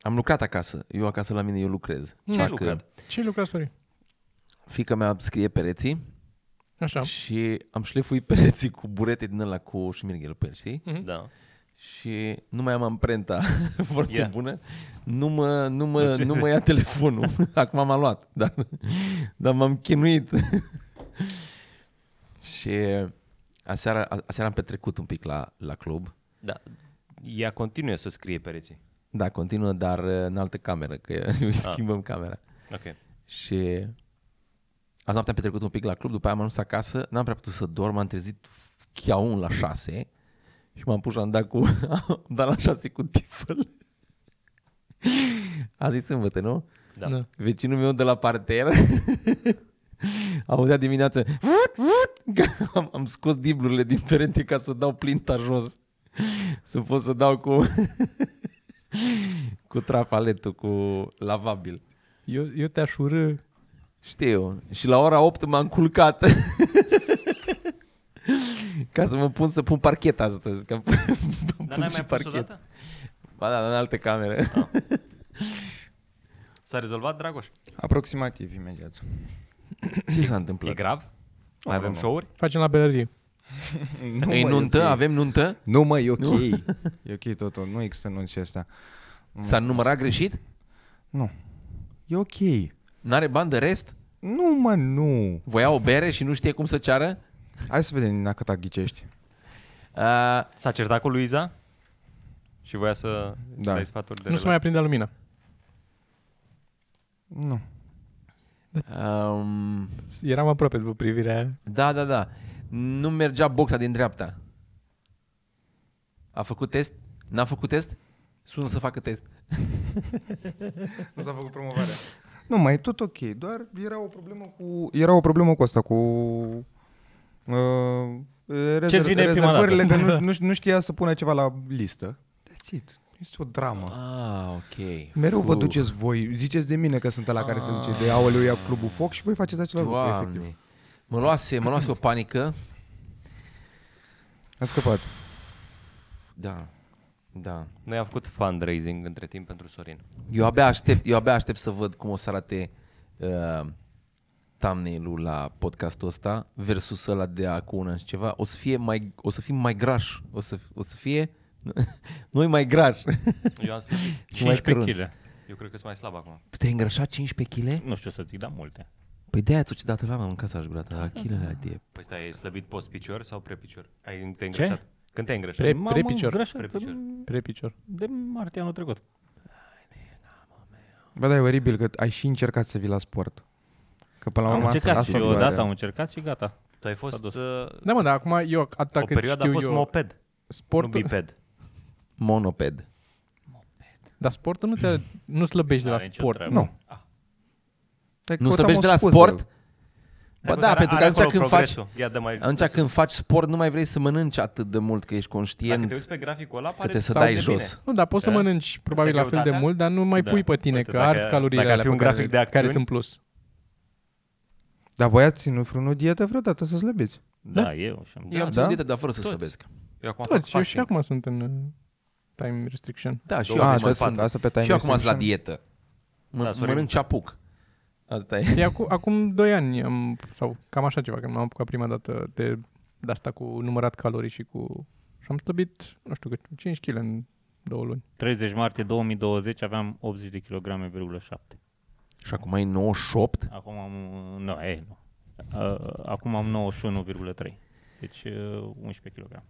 A: am lucrat acasă. Eu acasă la mine, eu lucrez.
B: Ce ai
A: Fac,
C: lucrat?
A: uh,
B: Ce lucra, sorry?
A: Fica mea scrie pereții
C: Da.
B: Așa.
A: și am șlefuit pereții cu burete din ăla cu șmirghel pe el, știi?
C: da.
A: Și nu mai am amprenta foarte
C: Ia.
A: yeah. bună. Nu mă, nu,
C: Nu
A: mă,
C: știu.
A: nu mă ia telefonul. Acum m-a luat, dar, dar m-am chinuit. și aseară, a- aseară am petrecut un pic la, la club.
C: Da. Ea continuă să scrie pereții. Ah.
A: Da, continuă, dar uh, în altă cameră, că îi schimbăm camera.
C: Ok.
A: Și Azi noapte am petrecut un pic la club, după aia am ajuns acasă, n-am prea putut să dorm, am trezit chiaun la 6 și m-am pus și am dat, cu, am dat la 6 cu tifăl. A zis sâmbătă, nu?
C: Da.
B: Da.
A: Vecinul meu de la parter auzea dimineață "Vut, vut", că am, am scos diblurile din perete ca să dau plinta jos. Să pot să dau cu cu trafaletul, cu lavabil.
B: Eu, eu te-aș urâ.
A: Știu. Și la ora 8 m-am culcat. Ca să mă pun să pun parchet astăzi. Că am pus
C: Dar n-ai
A: și
C: mai pus odată? Ah.
A: Ba da, în alte camere.
C: S-a rezolvat, Dragoș?
E: Aproximativ, imediat.
A: Ce s-a
C: E
A: întâmplat?
C: grav? Mai avem
E: nu.
C: show-uri?
B: Facem la berărie.
E: Nu,
A: Ei
E: mă, e
A: nuntă?
E: ok.
A: Avem nuntă?
E: Nu, mă, e ok. e ok totul. Nu există nunți și astea.
A: S-a numărat greșit?
E: Nu. E ok.
A: N-are bani de rest?
E: Nu, mă, nu.
A: Voia o bere și nu știe cum să ceară?
E: Hai să vedem dacă ta ghicești.
A: Uh,
C: S-a certat cu Luiza? Și voia să da.
E: Da.
C: dai sfaturi de
B: Nu se mai
C: rele.
B: aprinde lumina.
E: Nu.
A: um,
B: Eram aproape după privirea aia.
A: da, da, da. Nu mergea boxa din dreapta. A făcut test? N-a făcut test? Sună să facă test.
E: Nu s-a făcut promovarea. Nu, mai e tot ok. Doar era o problemă cu... Era o problemă cu asta, cu... Uh,
D: Ce-ți vine prima dată?
E: rezervările, că nu, nu, nu știa să pună ceva la listă. That's it. Este o dramă.
A: Ah, ok.
E: Mereu vă duceți voi, ziceți de mine că sunt la care se duce de aoleu, ia clubul foc și voi faceți același lucru, efectiv.
A: Doamne. Mă luase, mă luase o panică.
E: Am scăpat.
A: Da. Da.
C: Noi am făcut fundraising între timp pentru Sorin.
A: Eu abia aștept, eu abia aștept să văd cum o să arate uh, thumbnail-ul la podcastul ăsta versus ăla de acum un an și ceva. O să fie mai, o să fim mai graș. O să, o să fie noi mai graș.
C: Eu am slăbit.
A: Și mai
D: 15
A: cărunți.
D: kg.
C: Eu cred că sunt mai slab acum.
A: Tu te-ai îngrășat 15 kg?
D: Nu știu să zic, dar multe.
A: Păi de-aia tu ce dată la am mâncat să aș gura ta, kilele de...
C: Păi stai, ai slăbit post-picior sau pre-picior? Ai, te-ai îngreșat? Când te-ai îngreșat?
B: Pre-
D: M-am
B: prepicior.
D: îngrășat
C: Prepicior.
D: în-
B: Pe picior.
D: de martie anul trecut.
E: Bă, da, e oribil că ai și încercat să vii la sport. Că până la
D: am
E: urmă asta,
D: încercat
E: asta
D: și eu
E: doare.
D: odată, am încercat și gata.
C: Tu ai
D: S-a
C: fost...
D: dus.
C: Uh,
B: Da, mă, dar acum eu, atâta
C: o
B: cât
C: perioadă
B: știu
C: a fost
B: eu,
C: moped, nu
B: sportul,
C: biped.
A: Monoped.
B: dar sportul nu te, nu slăbești de la
D: N-are nicio
B: sport.
D: treabă.
E: Nu. Te
A: Nu
E: căutam
A: slăbești
E: o
A: de la
E: scuză.
A: sport? Ba
C: Hai,
A: da,
C: dar
A: pentru că
C: are
A: atunci
C: acolo
A: când faci,
C: progresul. Ia dă mai
A: Atunci când faci sport nu mai vrei să mănânci atât de mult că ești
C: Dacă
A: conștient
C: te uiți pe graficul ăla, pare
A: trebuie să
C: sau
A: dai
C: de
A: jos.
C: bine.
B: Nu, dar poți să
C: Da.
B: mănânci probabil
C: Asta e
B: la fel de
C: greutatea?
B: mult, dar nu mai
D: Da.
B: pui pe tine,
C: Uite,
B: că
C: dacă-
B: arzi caloriile
C: dacă ar
B: alea
C: fi un
B: pe care-
C: grafic de
B: care
C: acțiuni-
B: sunt plus.
E: Dar voi ați ținut vreo dietă vreodată să slăbiți?
D: Da, eu. Și am...
A: Eu am
E: da.
A: ținut dietă, dar fără să
C: Toți.
A: slăbesc.
C: Eu acum fac
B: Toți, eu și
C: fasting.
B: acum sunt în uh, time restriction.
A: Da, și
C: Două
A: eu
C: zile
A: acum
C: și
A: sunt,
C: patru.
E: Asta pe time
A: și eu acum sunt la
E: restriction?
A: dietă. Mă,
C: Da,
A: da,
C: Sorin.
A: mănânc ce apuc. Asta e.
B: E acu, acum 2 ani, am, sau cam așa ceva, când m-am apucat prima dată de, de asta cu numărat calorii și cu... Și am slăbit, nu știu, cât, 5 kg în două luni.
D: 30 martie 2020 aveam 80 de kilograme, virgulă 7.
A: Și acum ai 98?
D: Acum am... Nu, e, nu. Uh, Acum am 91,3. Deci uh, 11 kg.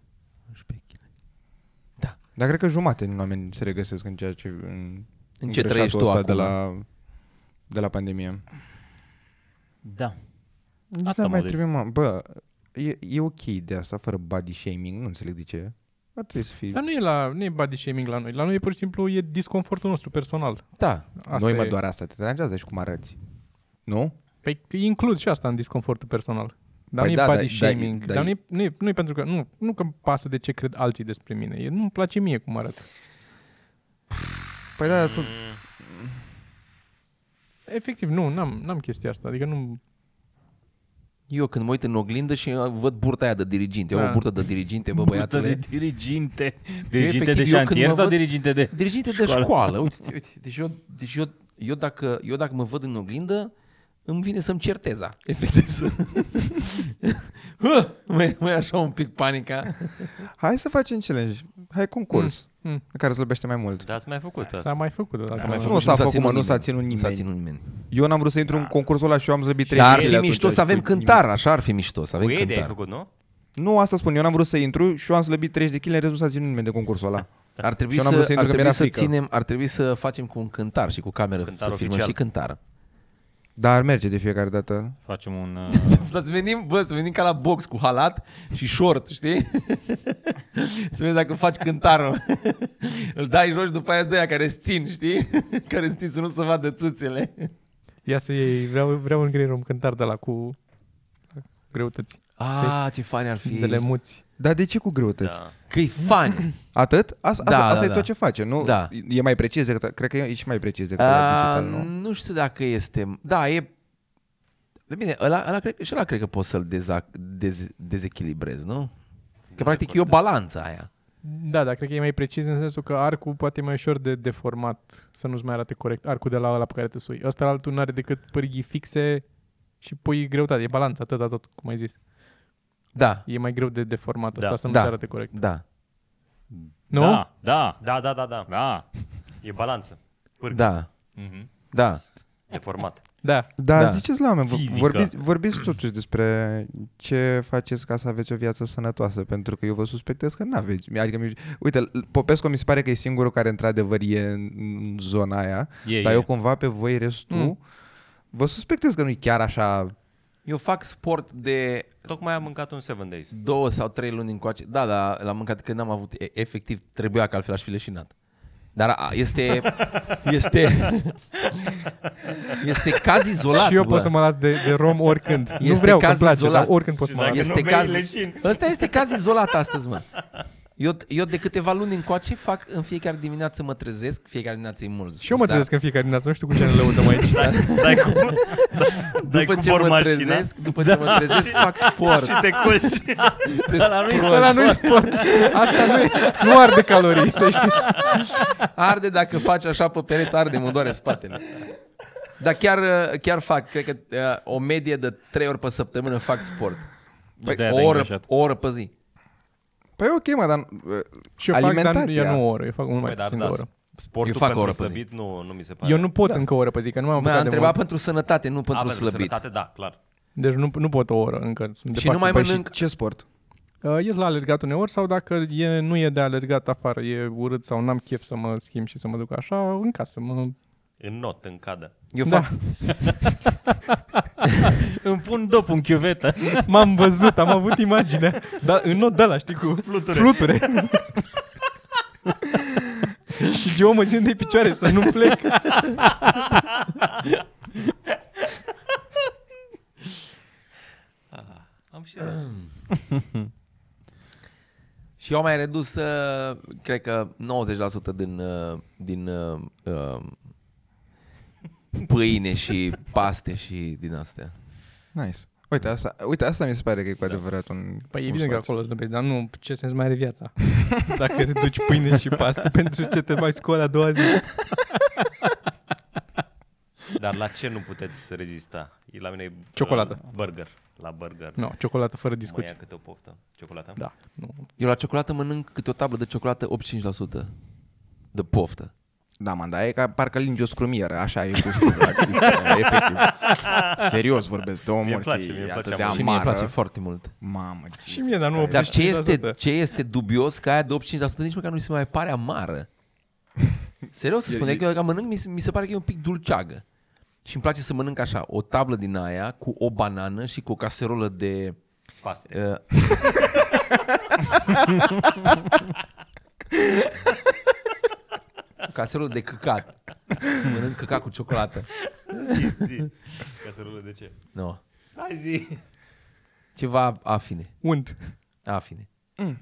E: Dar cred că jumate din oameni se regăsesc în ceea ce... În,
A: În ce
E: greșatul
A: trăiești tu
E: ăsta
A: acum?
E: De la, de la pandemie.
D: Da.
E: Nici
D: Asta
E: n-ar mai
D: mă vezi.
E: trebuie, mă. Bă, e, e ok de asta, fără body shaming, nu înțeleg de ce. Ar trebui să fie...
B: Dar nu e, la, nu e body shaming la noi. La noi e pur și simplu e disconfortul nostru personal.
A: Da.
B: Asta
E: Noi,
B: e.
E: mă, doar asta te deranjează și cum arăți. Nu?
B: Păi că includ și asta în disconfortul personal. Dar
E: Păi
B: nu
E: da,
B: e body
E: dar- dar-
B: shaming. Dar,
E: dar-
B: nu, e, nu, e, nu e pentru că... Nu, nu că îmi pasă de ce cred alții despre mine. E, nu-mi place mie cum arăt.
E: Păi da, tu...
B: Efectiv, nu, n-am, n-am chestia asta. Adică nu...
A: Eu când mă uit în oglindă și uh, văd burta aia de diriginte. Eu
B: Da.
A: o burtă de diriginte, bă,
D: Burtă
A: băiatule.
D: de diriginte. Diriginte
A: efectiv,
D: de
A: eu când
D: șantier
A: mă
D: sau
A: văd-
D: diriginte de...
A: Diriginte de
D: Școală.
A: școală. Uite, uite. Deci, eu, deci eu, eu, dacă, eu dacă mă văd în oglindă, îmi vine să-mi certeza. Efectiv să... Hă! mai, mai așa un pic panica.
E: Hai să facem challenge. Hai concurs. Mm.
B: Mm.
E: Care slăbește mai mult.
C: Da, ați mai făcut asta.
B: S-a mai făcut o dată.
C: Da.
A: S-a mai
E: Nu
A: făcut și
E: s-a făcut,
A: ținut
E: mă, nu s-a
A: nimeni.
E: ținut
A: Nu S-a
E: nimeni.
A: ținut nimeni.
E: Eu n-am vrut să intru în concursul ăla și eu am slăbit 3
A: Da. Dar ar fi mișto să avem cântar, așa ar fi mișto, să
C: Cu
A: avem
C: ei de ai
A: cântar.
C: făcut, nu?
E: Nu, asta spun, eu n-am vrut să intru și eu am slăbit 30 de kg, în rezultat ținut nimeni de concursul ăla.
A: Ar trebui
E: Și eu n-am vrut
A: să,
E: să
A: ar
E: intru că
A: trebui
E: mi-era
A: să
E: frică.
A: ținem, ar trebui să facem cu un cântar și cu cameră
C: Cântar
A: să filmăm
C: oficial.
A: și cântar.
E: Dar merge de fiecare dată.
D: Facem un... uh,
A: Să venim, bă, să venim ca la box cu halat și short, știi? să vezi dacă faci cântarul. Îl dai jos și după aia de aia care îți țin, știi? care îți țin să nu se vadă țâțele.
B: Ia să iei, vreau, vreau în green room cântar de la cu greutăți,
A: Ah, ce fani ar fi.
B: de le muți.
E: Dar de ce cu greutăți?
C: Da.
A: Că-i fani.
E: Atât? Asta,
A: Da,
E: da, asta
A: da,
E: e
A: da.
E: tot ce face, nu?
A: Da.
E: E mai precis decât, cred că e și mai precis decât
A: A,
E: la digital, nu?
A: nu știu dacă este... Da, e... De bine, ăla, ăla cred, și ăla cred că poți să-l dezac, dez, dezechilibrezi, nu? Că practic e o balanță aia.
B: Da, dar cred că e mai precis în sensul că arcul poate e mai ușor de deformat, să nu-ți mai arate corect arcul de la ăla pe care te sui. Ăsta altul nu are decât pârghii fixe și pui greutate, e balanța, atâta tot, cum ai zis.
A: Da,
B: E mai greu de deformat
C: Da.
B: asta să nu-ți
A: Da.
B: arate corect.
A: da,
B: Nu?
D: Da, da,
C: Da, da, da, da.
D: da.
C: E balanță. Pârg.
A: da,
D: Mhm.
A: da.
C: E format.
B: Da.
E: Dar
A: Da.
E: da. ziceți la oameni,
D: Fizică.
E: v- vorbiți, vorbiți totuși despre ce faceți ca să aveți o viață sănătoasă, pentru că eu vă suspectez că nu aveți. Adică, mi- uite, l- Popescu mi se pare că e singurul care într-adevăr e în în zona aia,
D: E,
E: dar
D: e.
E: eu cumva pe voi restul
B: Mm.
E: mm. vă suspectez că nu e chiar așa.
A: Eu fac sport de
C: Tocmai am mâncat un 7 days.
A: două sau trei luni încoace. Da, da, l-am mâncat când n-am avut, e- efectiv, trebuia că altfel aș fi leșinat. Dar a, este, este, este caz izolat.
B: și eu
A: bă.
B: pot să mă las de, de rom oricând. nu
A: Este
B: vreau că
A: caz
B: îmi place,
A: izolat.
B: dar oricând pot să mă las.
C: Dacă
A: este
C: nu bei
A: caz...
C: leșin.
A: Ăsta este caz izolat astăzi, mă. Eu, eu de câteva luni încoace fac în fiecare dimineață mă trezesc, fiecare dimineață Da. e mult.
B: Și eu mă trezesc în fiecare dimineață, nu știu cu ce ne lăudăm aici.
C: Dai cu, dai
A: după
C: cu
A: ce mă
C: bormașina
A: trezesc, după ce mă trezesc, fac sport.
C: și te culci.
D: Ăla nu-i
A: Prost.
B: Ăla nu-i sport. Asta nu, e, nu arde calorii, să știi.
A: Arde dacă faci așa pe pereți, arde, mă doare spatele. Dar chiar, uh, chiar fac, cred că uh, o medie de trei ori pe săptămână fac sport. Păi,
D: de-aia
A: o,
D: te-ai
A: oră,
D: îngreșat.
A: o oră pe zi.
E: Păi ok, mă, dar
B: Și eu fac, dar
E: alimentația.
B: eu nu o oră, eu fac mult mai
C: Păi, dar
B: puțin
C: da,
B: de o oră.
C: sportul
A: Eu fac o
C: pentru
A: oră pe zi.
C: slăbit nu, nu mi se pare.
B: Eu nu
E: Da.
B: pot încă o oră pe zi, că nu m-am
A: M-a
B: apucat de
A: întrebat
B: mult.
A: pentru sănătate, nu pentru
C: pentru
A: slăbit.
C: sănătate, da, clar.
B: Deci nu, nu pot o oră încă. Sunt
A: Și nu mai
E: păi
A: mănânc...
E: și ce sport?
B: Uh, ies la alergat uneori sau dacă e, nu e de alergat afară, e urât sau n-am chef să mă schimb și să mă duc așa, în casă mă...
C: În not, în cadă.
A: Eu
B: Da.
A: fac...
D: Îmi pun dop în chiuvetă.
B: M-am văzut, am avut imaginea, dar în not de ăla, știi, cu fluture. fluture. și eu mă țin de picioare să nu plec.
C: Am și râs.
A: Și eu am mai redus, uh, cred că 90% din, uh, din uh, uh, pâine și paste și din astea.
E: Nice. Uite asta, uite, asta mi se pare că e cu adevărat un...
B: Păi
E: un
B: evident că
E: sfat.
B: acolo slăbești, dar nu, ce sens mai are viața? Dacă reduci pâine și paste, pentru ce te mai scoli a doua zi?
C: Dar la ce nu puteți rezista? E La mine e
B: Ciocolată.
C: la burger. La burger.
B: Nu, ciocolată fără
C: Mă ia
B: discuții.
C: câte o poftă. Ciocolata?
B: Da, nu.
A: Eu la ciocolată mănânc câte o tablă de ciocolată 85% de poftă.
E: Da, mă, dar e ca parcă lingi o scrumieră, așa e gustul la chestia, efectiv. Serios vorbesc, două morți,
C: place, mie îmi
E: e
C: place
E: atât de
C: amuzant.
A: Și mie îmi
E: amară. Deci
A: place foarte mult.
E: Mamă,
B: Și mie, dar nu o
A: Dar ce
B: 85%.
A: este, ce este dubios că aia de 85% nici măcar nu mi se mai pare amară. Serios să spun, adică eu dacă mănânc, mi se, mi se pare că e un pic dulceagă. Și îmi place să mănânc așa, o tablă din aia cu o banană și cu o caserolă de...
C: Paste.
A: Uh, o caserolă de căcat. Mănânc căcat cu ciocolată.
C: Zi, zi. Ca să râdă de ce.
A: Nu. No.
C: Hai zi.
A: Ceva afine.
B: Unt.
A: Afine. Mm.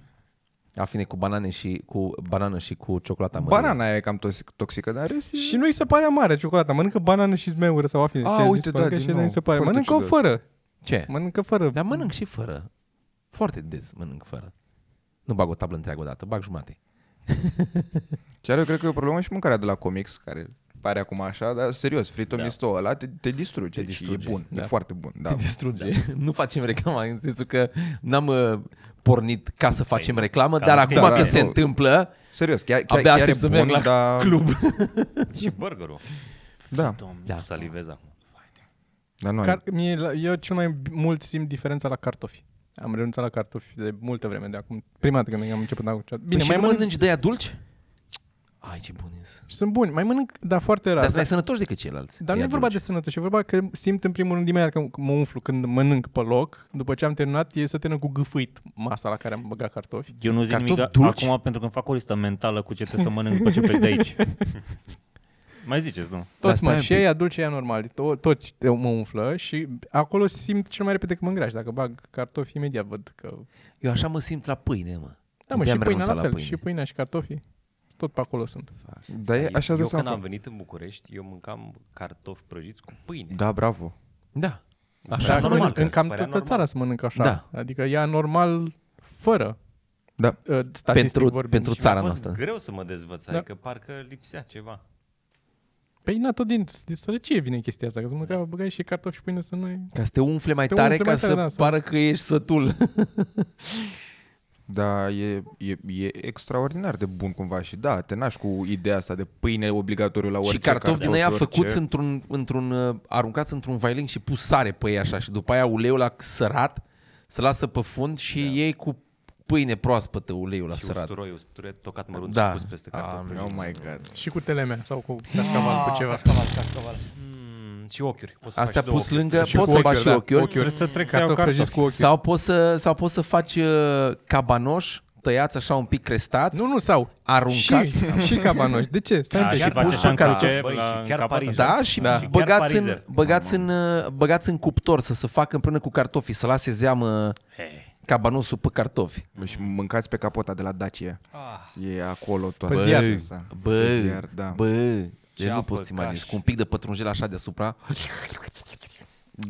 A: Afine cu banane și cu banană și cu ciocolata amără.
E: Banana e cam toxic- toxică, dar rest e...
B: Și nu-i se pare amară ciocolata. Mănâncă banană și zmeură sau afine.
E: A,
B: Ce ai
E: uite,
B: zis?
E: da,
B: Mănâncă
E: din
B: și ele,
E: nou.
B: nu-i se pare.
E: Foarte
B: Mănâncă o
E: ciudat. Da,
B: fără.
A: Ce?
B: Mănâncă fără.
A: Dar mănânc și fără. Foarte des mănânc fără. Nu bag o tablă întreagă odată, bag jumate.
E: Chiar eu cred că e o problemă și mâncarea de la comics, care pare acum așa, dar serios, frito da. misto ăla te, te distruge. Te
A: distruge,
E: distruge. E bun,
A: da.
E: e foarte bun. Da.
A: Te distruge. Da. Nu facem reclamă în sensul că n-am uh, pornit ca să facem reclamă,
C: ca
A: dar
C: la
A: acum
E: schimb,
A: că
E: da,
A: se
E: nu.
A: întâmplă,
E: Serios, chiar, chiar,
A: abia
E: chiar e
A: aștept să merg
E: bun,
A: la
E: dar...
A: club.
C: Și burgerul.
E: Da,
D: Domnul.
A: Da.
C: Salivez acum.
E: dar noi.
B: Car- mie, la- eu cel mai mult simt diferența la cartofi. Am renunțat la cartofi Păi de multă vreme de acum. Prima dată când am început la Bine,
A: Bine,
B: mai
A: mai
B: mănânc
A: mănânci de aia dulci? Ai, ce bun ești.
B: Și sunt buni. Mai mănânc, dar foarte
A: Dar
B: rar.
A: sunt mai sănătoși decât ceilalți.
B: da. Dar nu e
A: Ei
B: vorba
A: atunci.
B: de sănătate, e vorba că simt în primul rând imediat că mă umflu când mănânc pe loc, după ce am terminat, e să termin cu gâfâit masa la care am băgat cartofi.
D: Eu nu zic
A: Cartofi
D: nimic a-
A: dulci?
D: acum pentru că îmi fac o listă mentală cu ce trebuie să mănânc după ce plec de aici. Mai ziceți, nu?
B: Toți
A: Da, stai
B: mă,
A: un
B: și
A: pic.
B: aia dulce, aia normal, to- toți te- mă umflă și acolo simt cel mai repede că mă îngraș. Dacă bag cartofi, imediat văd că...
A: Eu așa mă simt la pâine, mă.
B: Da, mă,
A: De-aia
B: și
A: am
B: pâinea
A: renunțat
B: la fel, și pâinea și cartofii, tot pe acolo sunt.
E: Dar Da, e așa
C: eu
E: de
C: când am
E: seama.
C: venit în București, eu mâncam cartofi prăjiți cu pâine.
E: Da, bravo.
A: Da.
B: Dar
A: Așa
C: Așa
A: să
B: în-
C: normal, că
B: în
C: mi se
B: cam
C: părea
B: toată
C: normal.
B: țara se mănâncă așa.
A: Da.
B: Adică ea normal fără.
E: Da.
B: uh, Statistic
A: pentru,
B: vorbind.
A: pentru
B: Și-
A: țara
C: Mi-a fost
A: noastră.
C: greu să mă dezvăț,
B: Da.
C: adică parcă lipsea ceva.
B: Păi na, tot din, din sărăcie vine chestia asta, că îți mânca, băgai și cartofi și pâine să nu ai-
A: Ca să te umfle mai
B: te
A: tare,
B: umfle
A: ca
B: mai tare,
A: să
B: da, sau-
A: pară că ești sătul.
E: Da, e, e, e extraordinar de bun cumva și da, te naști cu ideea asta de pâine obligatoriu la orice
A: și cartofi din aia
E: orice.
A: făcuți într-un, într-un, uh, aruncați într-un vailing și pus sare pe ei așa și după aia uleiul la sărat se lasă pe fund și da. iei cu pâine proaspătă uleiul la
C: și
A: sărat.
C: usturoi, usturoi tocat mărunt
A: Da.
C: și pus peste cartofi.
A: Am-
E: Oh my god.
B: Și cu telemea sau cu cascaval,
C: Ah.
B: cu ceva.
C: Mm, și ochiuri. Poți să
A: Asta
C: faci două
A: pus
C: ochiuri.
A: lângă,
B: Și
A: poți
B: cu
A: să bagi
B: ochiuri,
A: și
B: da,
A: ochiuri,
B: ochiuri.
D: Trebuie să trec să iau
B: Cartofi
D: cartofi.
B: prăjiți cu ochiuri.
A: Sau poți să, sau poți să faci uh, cabanoși tăiați așa un pic crestați,
B: Nu, nu, sau.
A: aruncați.
B: Și, și cabanoși. De ce? Stai
D: Da,
B: un pic.
D: și
A: Chiar
D: faci
A: pus
D: așa în
A: pe
D: cruce,
A: cartofi,
C: băi,
D: la-
C: și
D: în
C: chiar
D: capăt.
C: Paris.
A: Da, și
B: Da.
A: da.
B: Și
C: chiar
A: băgați, în,
C: parizer.
A: băgați, în, uh, băgați în cuptor să se facă împreună cu cartofii, să lase zeamă cabanosul pe cartofi.
E: Și mâncați pe capota de la Dacia.
C: Ah,
E: E acolo toată
B: Pe ziar.
E: chestia.
A: Bă,
E: Pe ziar, da.
A: bă, deci nu
C: apă
A: poți să
C: ca
A: imagini.
C: și-
A: Cu un pic de pătrunjel așa deasupra.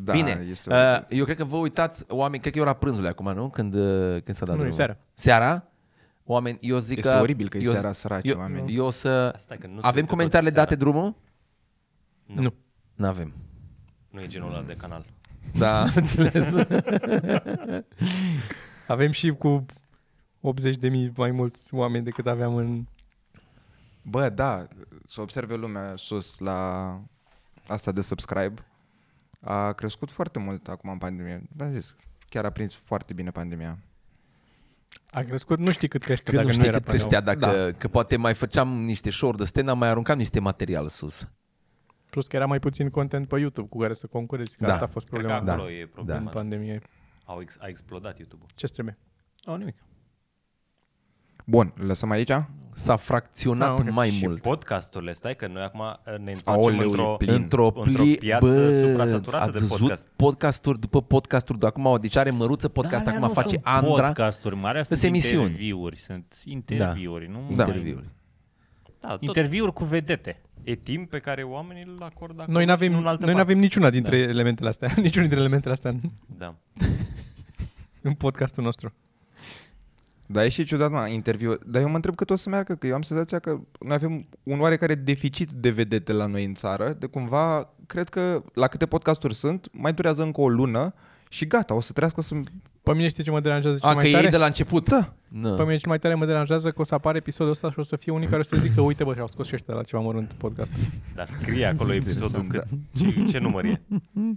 E: da,
A: Bine,
E: este
A: uh,
E: uh,
A: eu cred că vă uitați, oameni, cred că e ora prânzului acum, nu? Când, uh, când s-a dat
B: Nu, e
A: drumul.
B: seara.
A: Seara? Oameni, eu zic
E: Este
A: că...
E: oribil că e
A: eu,
E: seara, săraci
A: eu,
E: oameni.
A: Eu o să...
C: Asta e că nu se
A: Avem
C: uită
A: comentariile
C: toți seara.
A: date drumul?
B: Nu.
A: N-avem.
C: nu e genul
A: Hmm.
C: ăla de canal.
A: Da, înțeles.
B: Avem și cu 80 de mii mai mulți oameni decât aveam în...
E: Bă, da, să observe lumea sus la asta de subscribe. A crescut foarte mult acum în pandemie. V-am zis, chiar a prins foarte bine pandemia.
B: A crescut, nu știi cât crește,
A: Că
B: dacă
A: nu
B: nu,
A: știi
B: era
A: cât
B: până
A: creștea,
B: acum.
A: dacă, da. că poate mai făceam niște show de stand, am mai aruncat niște material sus.
B: Plus că era mai puțin content pe YouTube cu care să concurezi, că
A: Da.
B: asta a fost
C: Cred că
B: problema da.
C: acolo e
B: în
C: problema.
B: pandemie.
C: Au ex- a explodat YouTube-ul.
B: Ce trebuie?
D: Au nimic.
E: Bun, lăsăm aici?
A: S-a fracționat
B: Ah, ok.
A: mai
C: și
A: mult.
C: podcasturile, stai că noi acum eh, ne întoarcem
E: Aoleu,
C: într-o...
E: e plin.
A: Într-o,
C: Într-o
A: pli...
C: piață suprasaturată
A: ați
C: de
A: văzut
C: podcast.
A: podcasturi după podcasturi. De acum, deci are măruță podcast,
D: Dar alea
A: acum
D: Da, nu
A: face
D: sunt
A: Andra.
D: Podcasturi mari, alea
A: Sunt
D: sunt
A: emisiuni.
D: interviuri, sunt interviuri, nu
E: Da.
A: Interviuri.
C: Da, tot
D: Interviuri cu vedete.
C: e timp pe care oamenii îl acordă acum
B: Noi
C: și
B: n-avem,
C: în altă
B: noi
C: parte.
B: n-avem niciuna dintre da. elementele astea, niciunul dintre elementele astea în,
C: Da.
B: în podcastul nostru.
E: Dar e și ciudat, mă, interviu. Dar eu mă întreb cât o să meargă, că eu am senzația că noi avem un oarecare deficit de vedete la noi în țară, de cumva, cred că la câte podcasturi sunt, mai durează încă o lună și gata, o să trească să...
B: Pe mine știi ce mă deranjează cel
A: A, că
B: mai
A: ei
B: tare? Păi
A: de la început.
E: Da.
A: Na.
B: Pe mine cel mai tare mă deranjează că o să apare episodul ăsta și o să fie unii care o să zică, uite bă, și-au scos și ăștia la ceva mărunt podcast.
C: Dar scrie acolo episodul
A: da.
C: cât, ce, ce număr e.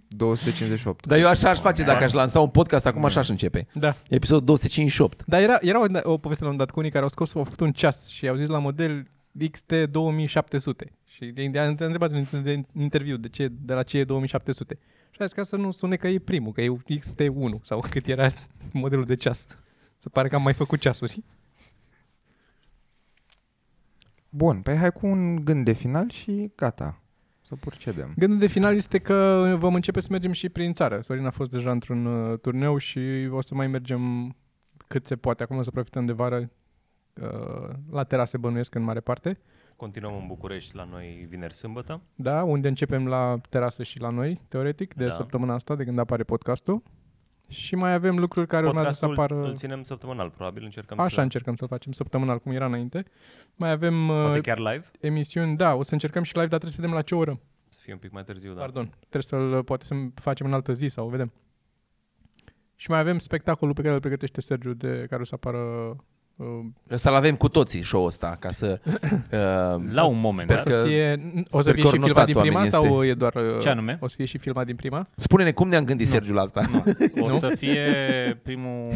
E: 258.
A: Dar eu așa aș face dacă aș lansa un podcast, acum așa aș începe.
B: Da.
A: Episodul 258.
B: Dar era, era o, o poveste la un dat cu unii care au scos, au făcut un ceas și au zis la model XT 2700. Și de- de- am întrebat în de- în interviu de, ce, de la ce e 2700. Și a zis ca să nu sune că e primul, că e XT1 sau cât era modelul de ceas. Se pare că am mai făcut ceasuri.
E: Bun, păi hai cu un gând de final și gata. Să procedem.
B: Gândul de final este că vom începe să mergem și prin țară. Sorin a fost deja într-un uh, turneu și o să mai mergem cât se poate. Acum o să profităm de vară uh, la terase bănuiesc în mare parte.
C: Continuăm în București la noi vineri sâmbătă.
B: Da, unde începem la terasă și la noi, teoretic, de da.
C: Da.
B: săptămâna asta, de când apare podcastul. Și mai avem lucruri care urmează să
C: Podcastul
B: apară...
C: îl ținem săptămânal, probabil încercăm
B: Așa
C: să...
B: încercăm să facem săptămânal, cum era înainte. Mai avem
C: Poate
B: uh,
C: chiar live,
B: emisiuni, da, o să încercăm și live, dar trebuie să vedem la ce oră.
C: să fie un pic mai târziu,
B: Da.
C: da.
B: Pardon, trebuie să-l, uh, poate să facem în altă zi sau vedem. Și mai avem spectacolul pe care îl pregătește Sergiu, de care o să apară... Uh,
A: Ăsta l-avem cu toții, show-ul ăsta, ca să... Uh,
D: La un moment,
A: sper
D: da.
B: să
A: că-
B: fie, o să
A: sper
B: fie
A: că
B: și
A: au
B: filmat
A: notat
B: din prima
A: oamenii,
B: sau
A: este-
B: e doar... uh,
D: Ce anume?
B: O să fie și filmat din prima?
A: Spune-ne cum ne-am gândit, Sergiu, la asta.
D: O să fie primul,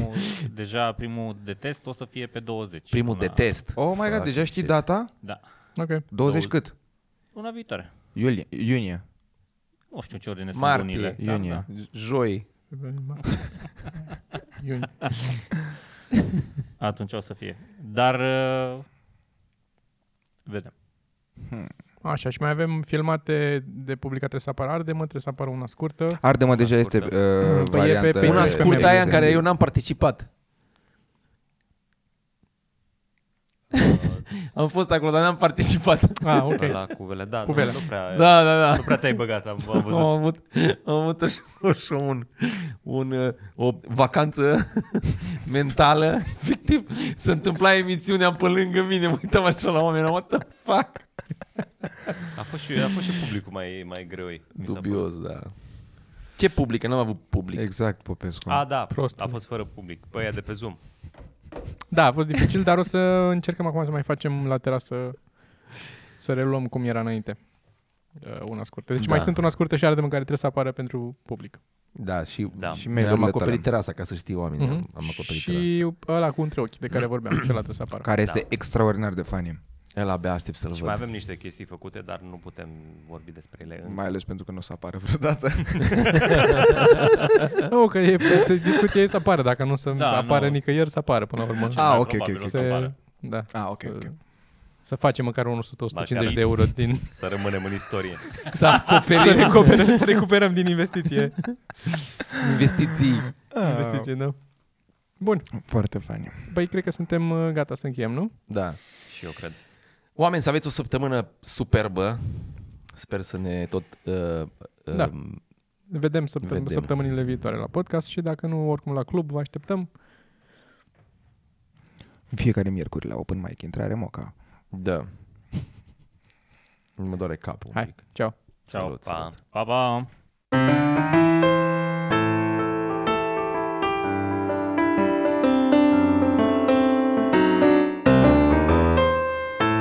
D: deja primul de test, o să fie pe 20.
A: Primul de
D: Una-
A: test.
E: Oh my god, deja știi
A: Shit.
E: data?
D: Da.
B: Ok.
E: 20 cât?
D: Luna viitoare.
E: Iulie, iunie.
D: Nu știu ce ordine sunt
A: Martie,
D: lunile. dar
E: Iunie.
D: da.
A: Joi.
B: Iuni.
D: Atunci o să fie. Dar uh, vedem.
B: Așa, și mai avem filmate de publicat trebuie să apară Ardemă, trebuie să apară una scurtă.
E: Ardemă deja
C: scurtă.
E: este uh,
B: pe
E: varianta.
B: pe-
A: Una
B: pe-
A: scurtă aia în care eu n-am participat. Am fost acolo, dar n-am participat.
B: Ah, ok.
C: La cuvele, da,
B: Cu Vele.
C: Nu, nu prea,
A: Da, da, da.
C: nu prea te-ai băgat, am, am
A: Am
C: văzut.
A: avut, am avut așa un, un, uh, o vacanță mentală. Efectiv, se întâmpla emisiunea pe lângă mine. Mă uitam așa la oameni, am what the fuck?
C: A fost și, a fost și publicul mai, mai greu. mi s-a părut.
A: Dubios, da. Ce public? Că N-am avut public.
E: Exact, Popescu.
C: A, da,
B: Prost.
C: Prost. a fost fără public. Păi aia de pe Zoom.
B: Da, a fost dificil, dar o să încercăm acum să mai facem la terasă să reluăm cum era înainte. Uh, Una scurtă. Deci
A: Da.
B: da. mai sunt una scurtă și Ardem în care trebuie să apară pentru public.
A: Da, și,
C: Da.
A: și
E: Și
A: mi am
E: mailurile
A: acoperit
E: tale.
A: terasa, ca să știu oamenii.
B: Mhm.
A: Am, am acoperit terasa.
B: și ăla cu între ochi de care vorbeam, și ăla trebuie să apară.
E: Care este extraordinar de funny.
A: El abia aștept să-l
C: Și
A: văd.
C: mai avem niște chestii făcute, dar nu putem vorbi despre ele. încă.
E: Mai ales pentru că nu o să apară vreodată.
B: Nu, că e, se, discuția e să apară, dacă nu să
D: Da,
B: da, apară
D: nu.
B: nicăieri, să apară până la urmă.
A: Ah,
D: Cel mai
E: ok, ok,
D: probabil
E: ok.
D: o să apară.
B: da.
E: Ah, ok,
B: Să-
E: ok.
B: Să facem măcar 100-150
C: Bacalii.
B: de euro din...
C: Să rămânem în istorie.
A: Să acoperim
B: Să recuperăm, să recuperăm din investiție.
A: investiții.
B: investiție, da. Bun,
E: Foarte funny.
B: băi, cred că suntem uh, gata să încheiem, nu?
A: Da.
C: Și eu cred.
A: Oameni, să aveți o săptămână superbă. Sper să ne tot... Uh, uh,
B: Da. Vedem, săptăm-
A: Vedem.
B: săptămânile viitoare la podcast și dacă nu, oricum la club, vă așteptăm.
E: În Fiecare miercuri la open mic intrare moca.
A: da. Mă doare capul. un
B: Hai,
A: pic.
B: ceau!
D: Ciao.
A: Salut,
D: Pa.
A: salut.
D: Pa, pa.